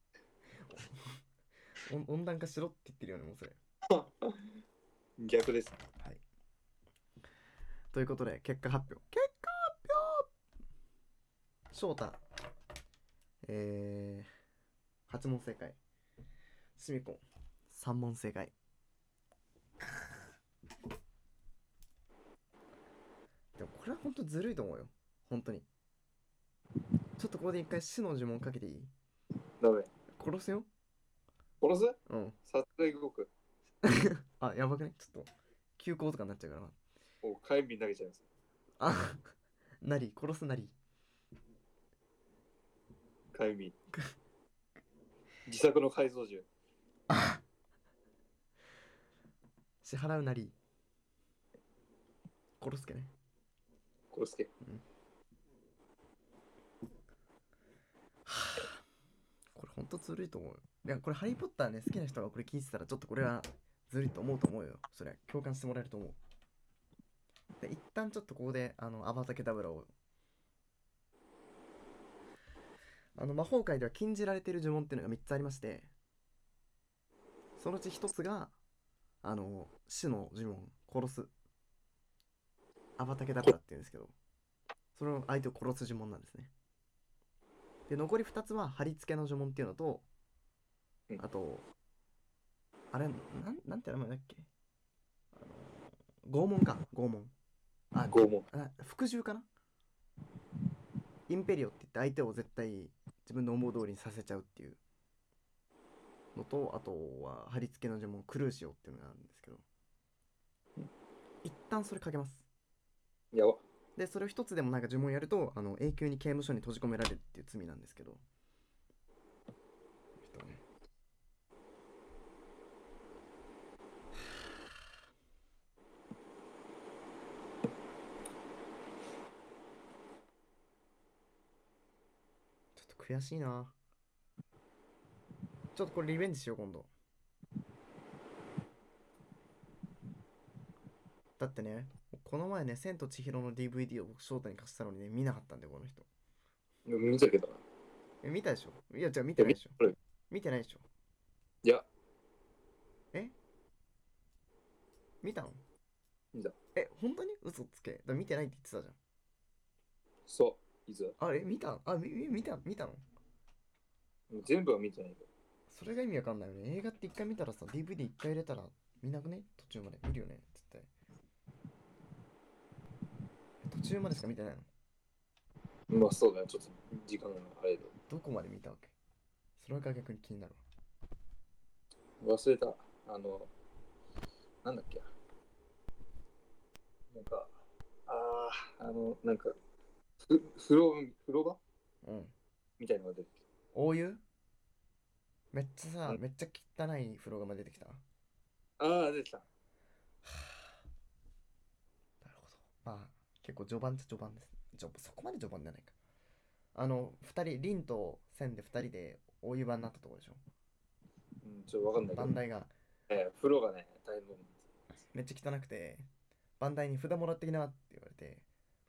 A: 温温暖化しろって言ってるよねもうそれ
E: 逆です。
A: ということで結果発表結果発表翔太えー、8問正解すみこ3問正解でもこれは本当ずるいと思うよ本当にちょっとここで一回死の呪文かけていい
E: ダメ。
A: 殺すよ
E: 殺す
A: うん
E: 殺害動く。
A: あやばくねちょっと休校とかになっちゃうからな
E: お火炎瓶投げちゃいます。
A: あ なり殺すなり
E: 火炎瓶。自作の改造銃。
A: 支払うなり殺すけね
E: 殺すけ。
A: これほんとずるいと思うよいやこれハリー・ポッターね好きな人がこれ聞いてたらちょっとこれはずるいと思うと思うよそれは共感してもらえると思うで一旦ちょっとここであのアバタケダブラをあの魔法界では禁じられている呪文っていうのが3つありましてそのうち1つがあの死の呪文殺すアバタケダブラっていうんですけどその相手を殺す呪文なんですねで残り2つは貼り付けの呪文っていうのと
E: うん
A: あとあれなんなんて名前だっけあの拷問か拷問あ
E: 拷問。
A: あ服従かなインペリオって言って相手を絶対自分の思う通りにさせちゃうっていうのとあとは貼り付けの呪文クルーシオっていうのがあるんですけど一旦それかけます
E: やば。
A: でそれを一つでもなんか呪文やるとあの永久に刑務所に閉じ込められるっていう罪なんですけど人ねちょっと悔しいなちょっとこれリベンジしよう今度だってねこの前ね「千と千尋」の DVD を僕翔太に貸したのにね見なかったんでこの人
E: でも見たけどな。
A: え見たでしょいやじゃあ見てないでしょ
E: いや見
A: 見てないでしょ
E: いや、
A: 見たの
E: 見た
A: え本当に嘘つけだから見てないって言ってたじゃん
E: そう、いつだ
A: あれ見たあみみ見た見たの
E: もう全部は見てないけど。
A: それが意味わかんないよね映画って一回見たらさ DVD 一回入れたら見なくね途中まで見るよね絶対途中までしか見てないの
E: まあそうだね、ちょっと時間があれだ。
A: どこまで見たわけそれが逆に気になるわ
E: 忘れた。あの、なんだっけ。なんか、ああ、あの、なんか、ふ風呂、風呂場
A: うん
E: みたいなのが出てき
A: お湯めっちゃさ
E: うん
A: めっちゃ汚い風呂釜出てきた
E: た。ああ、出てきた。
A: なるほど。まあ、結構序盤っちゃ序盤です。序そこまで序盤じゃないか。あの、二人、凛と千で二人で大湯場になったところでしょ。
E: うん、ちょっとわかんないけ
A: 番
E: ど。
A: 台が
E: えー風呂がね、大変だもん
A: めっちゃ汚くて、番台に札もらってきなって言われて、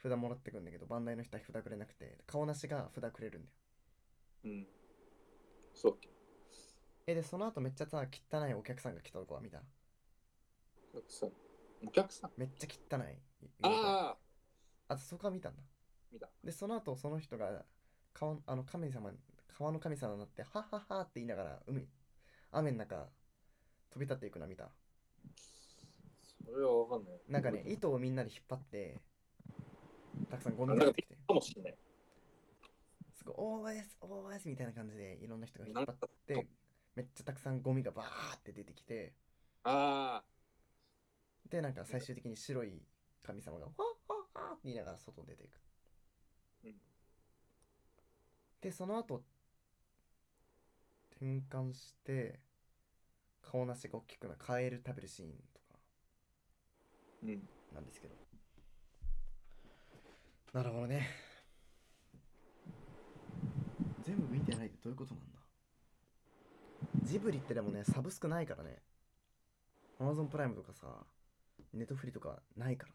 A: 札もらってくんだけど、番台の人は札くれなくて、顔なしが札くれるんだよ。
E: うん。そうだっけ。
A: え、で、その後めっちゃさ、汚いお客さんが来たとこは見た。
E: お客さん。お客さん
A: めっちゃ汚い。
E: ああ
A: あとそこは見たんだ。
E: 見た。
A: で、その後その人が川あの神様に川の神様になって、はっはっはって言いながら海、雨の中飛び立っていくのは見た。
E: それはわかんない。
A: なんかね、糸をみんなで引っ張って、たくさんゴミが出てきて、
E: かもしれない。
A: すごい、おーす、おーすみたいな感じでいろんな人が引っ張って、めっちゃたくさんゴミがバーって出てきて、
E: ああ、
A: で、なんか最終的に白い神様が、わっはっはって言いながら外に出ていく。
E: うん
A: で、その後、転換して、顔なしが大きくなるカエル食べるシーンとか
E: うん。
A: なんですけど。なるほどね。全部見てないってどういうことなんだジブリってでもね、サブスクないからね。Amazon プライムとかさ、ネットフリとかないか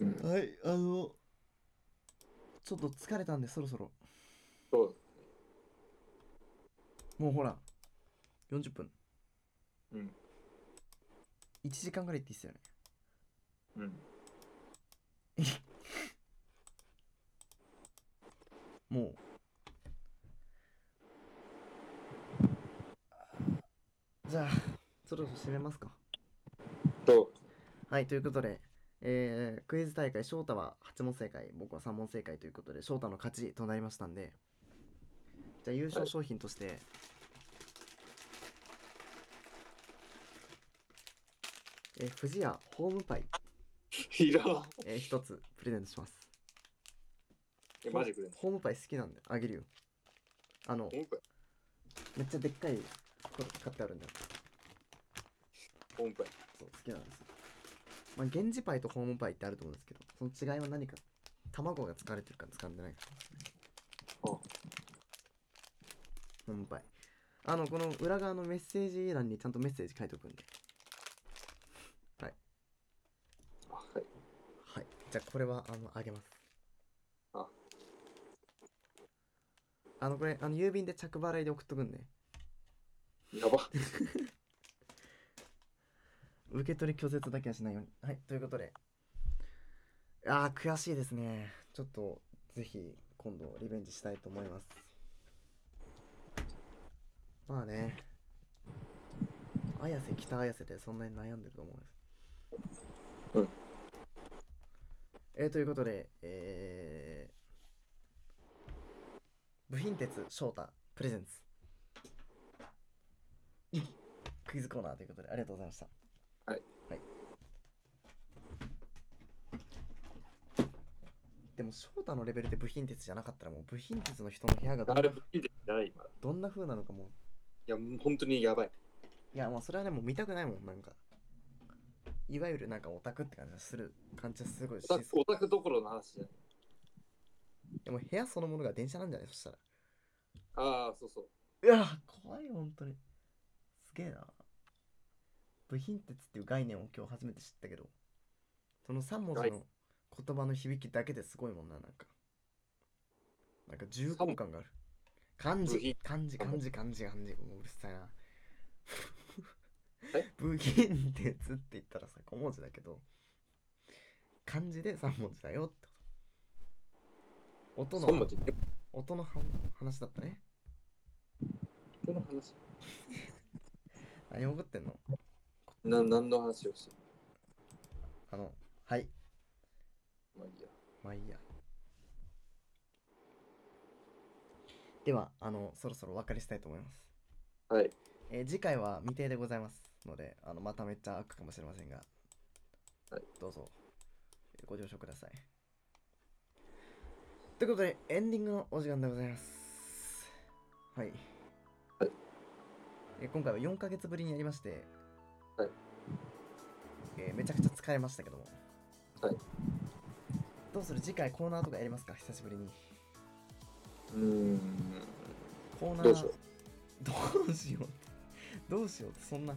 A: らね。はい、あの、ちょっと疲れたんで、そろそろ。
E: そう
A: もうほら、40分。
E: うん。
A: 1時間ぐらいって言ってたよね。
E: だ。うん。
A: もう。じゃあ、そろそろ締めますか。
E: そう
A: はい、ということで、えークイズ大会、翔太は8問正解、僕は3問正解ということで、翔太の勝ちとなりましたんで、じゃあ優勝商品として、えー、富士屋ホームパイ、
E: いらん。
A: えー、1つプレゼントします。
E: え、マジくれんの
A: ホームパイ好きなんで、あげるよ。あの、
E: ホームパイ
A: めっちゃでっかい、これ買ってあるんだよ。
E: ホームパイ。
A: そう好きなんですよまあ源氏パイとホームパイってあると思うんですけどその違いは何か卵が使われてるか使んでないか
E: あ
A: ホームパイあのこの裏側のメッセージ欄にちゃんとメッセージ書いておくんで
E: あはい。
A: はいじゃあこれはあのあげます
E: あ
A: あのこれあの郵便で着払いで送っとくんで
E: やば。
A: 受け取り拒絶だけはしないようにはいということであー悔しいですねちょっとぜひ今度リベンジしたいと思いますまあね綾瀬北綾瀬でそんなに悩んでると思うんです
E: うん
A: えーということで、えー部品鉄翔太プレゼンツクイズコーナーということでありがとうございました。
E: はい。
A: はい、でも翔太のレベルで部品鉄じゃなかったらもう部品鉄の人の部屋がどん
E: あ
A: な
E: れ、いいですじゃない、今。い
A: どんな風なのかもう
E: や、もう本当にやばい。
A: いやまあそれはねもう見たくないもんなんかいわゆるなんかオタクって感じがする感じはすごいし
E: オタクオタクどころの話じゃない。
A: でも部屋そのものが電車なんじゃないそしたら
E: ああ、そうそう。
A: うわ怖い本当にすげえな部品鉄っていう概念を今日初めて知ったけどその3文字の言葉の響きだけですごいもんななんかなんか重厚感がある漢
E: 部
A: 字
E: 品
A: 漢字漢字漢字漢字もううるさいな
E: え
A: 部品鉄って言ったらさ小文字だけど漢字で3文字だよってこと音
E: そんな
A: の
E: こ
A: 音の話だったね
E: との話。
A: 何怒ってんの
E: な何の話をしてる
A: あの、はい、
E: まあいいや。
A: まあいいや。では、あの、そろそろお別れしたいと思います。
E: はい。
A: えー次回は未定でございますので、あの、まためっちゃ開くかもしれませんが、
E: はい
A: どうぞ、えーご了承ください。ということで、エンディングのお時間でございます。はい。
E: はい
A: えー今回は4ヶ月ぶりにやりまして、
E: はい
A: えーめちゃくちゃ疲れましたけども。
E: はい
A: どうする次回コーナーとかやりますか久しぶりに。
E: うーん。
A: コーナ
E: ど
A: ー
E: うしよう
A: どうしようってどうしようってそんな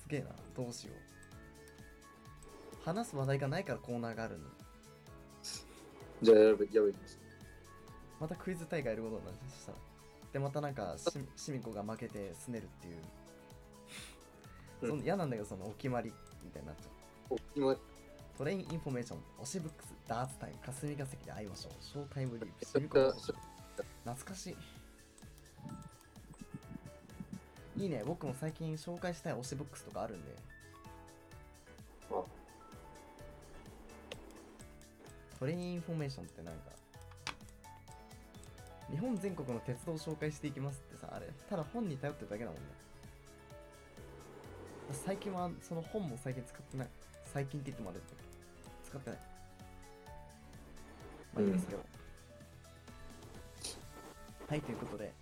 A: すげえなどうしよう話す話題がないからコーナーがあるの
E: じゃあやるべき、やるべきです。
A: またクイズ大会やることになるそしたらでまたなんかしシミ子が負けてすねるっていう
E: うん
A: そん嫌なんだけどそのお決まりみたいになっちゃう
E: お今、
A: トレインインフォメーション推しブックスダーツタイム霞が関で会いましょうショータイムリープシミ子の推し懐かしいいいね僕も最近紹介したい推しブックスとかあるんで
E: あ
A: トレインインフォメーションってなんか日本全国の鉄道を紹介していきますってさあれただ本に頼ってるだけだもんね最近はその本も最近使ってない最近って言ってもあれだけど使ってないまあいいですけど、はいということで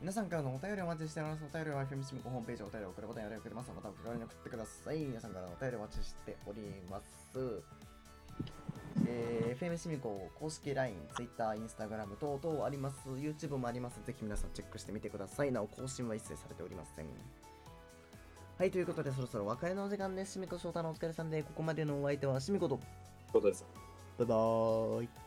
A: 皆さんからのお便りをお待ちしております。お便りは FM シムコホームページお便りを送るボタンより送れます。またお気軽に送ってください。皆さんからのお便りをお待ちしております。えー FM シミコ公式 LINE、Twitter、Instagram 等々あります。YouTube もあります。ぜひ皆さんチェックしてみてください。なお、更新は一切されておりません。はい、ということでそろそろお別れのお時間です。シミコ翔太のお疲れさんで、ここまでのお相手はシミコと、
E: ことです。
A: バイバーイ。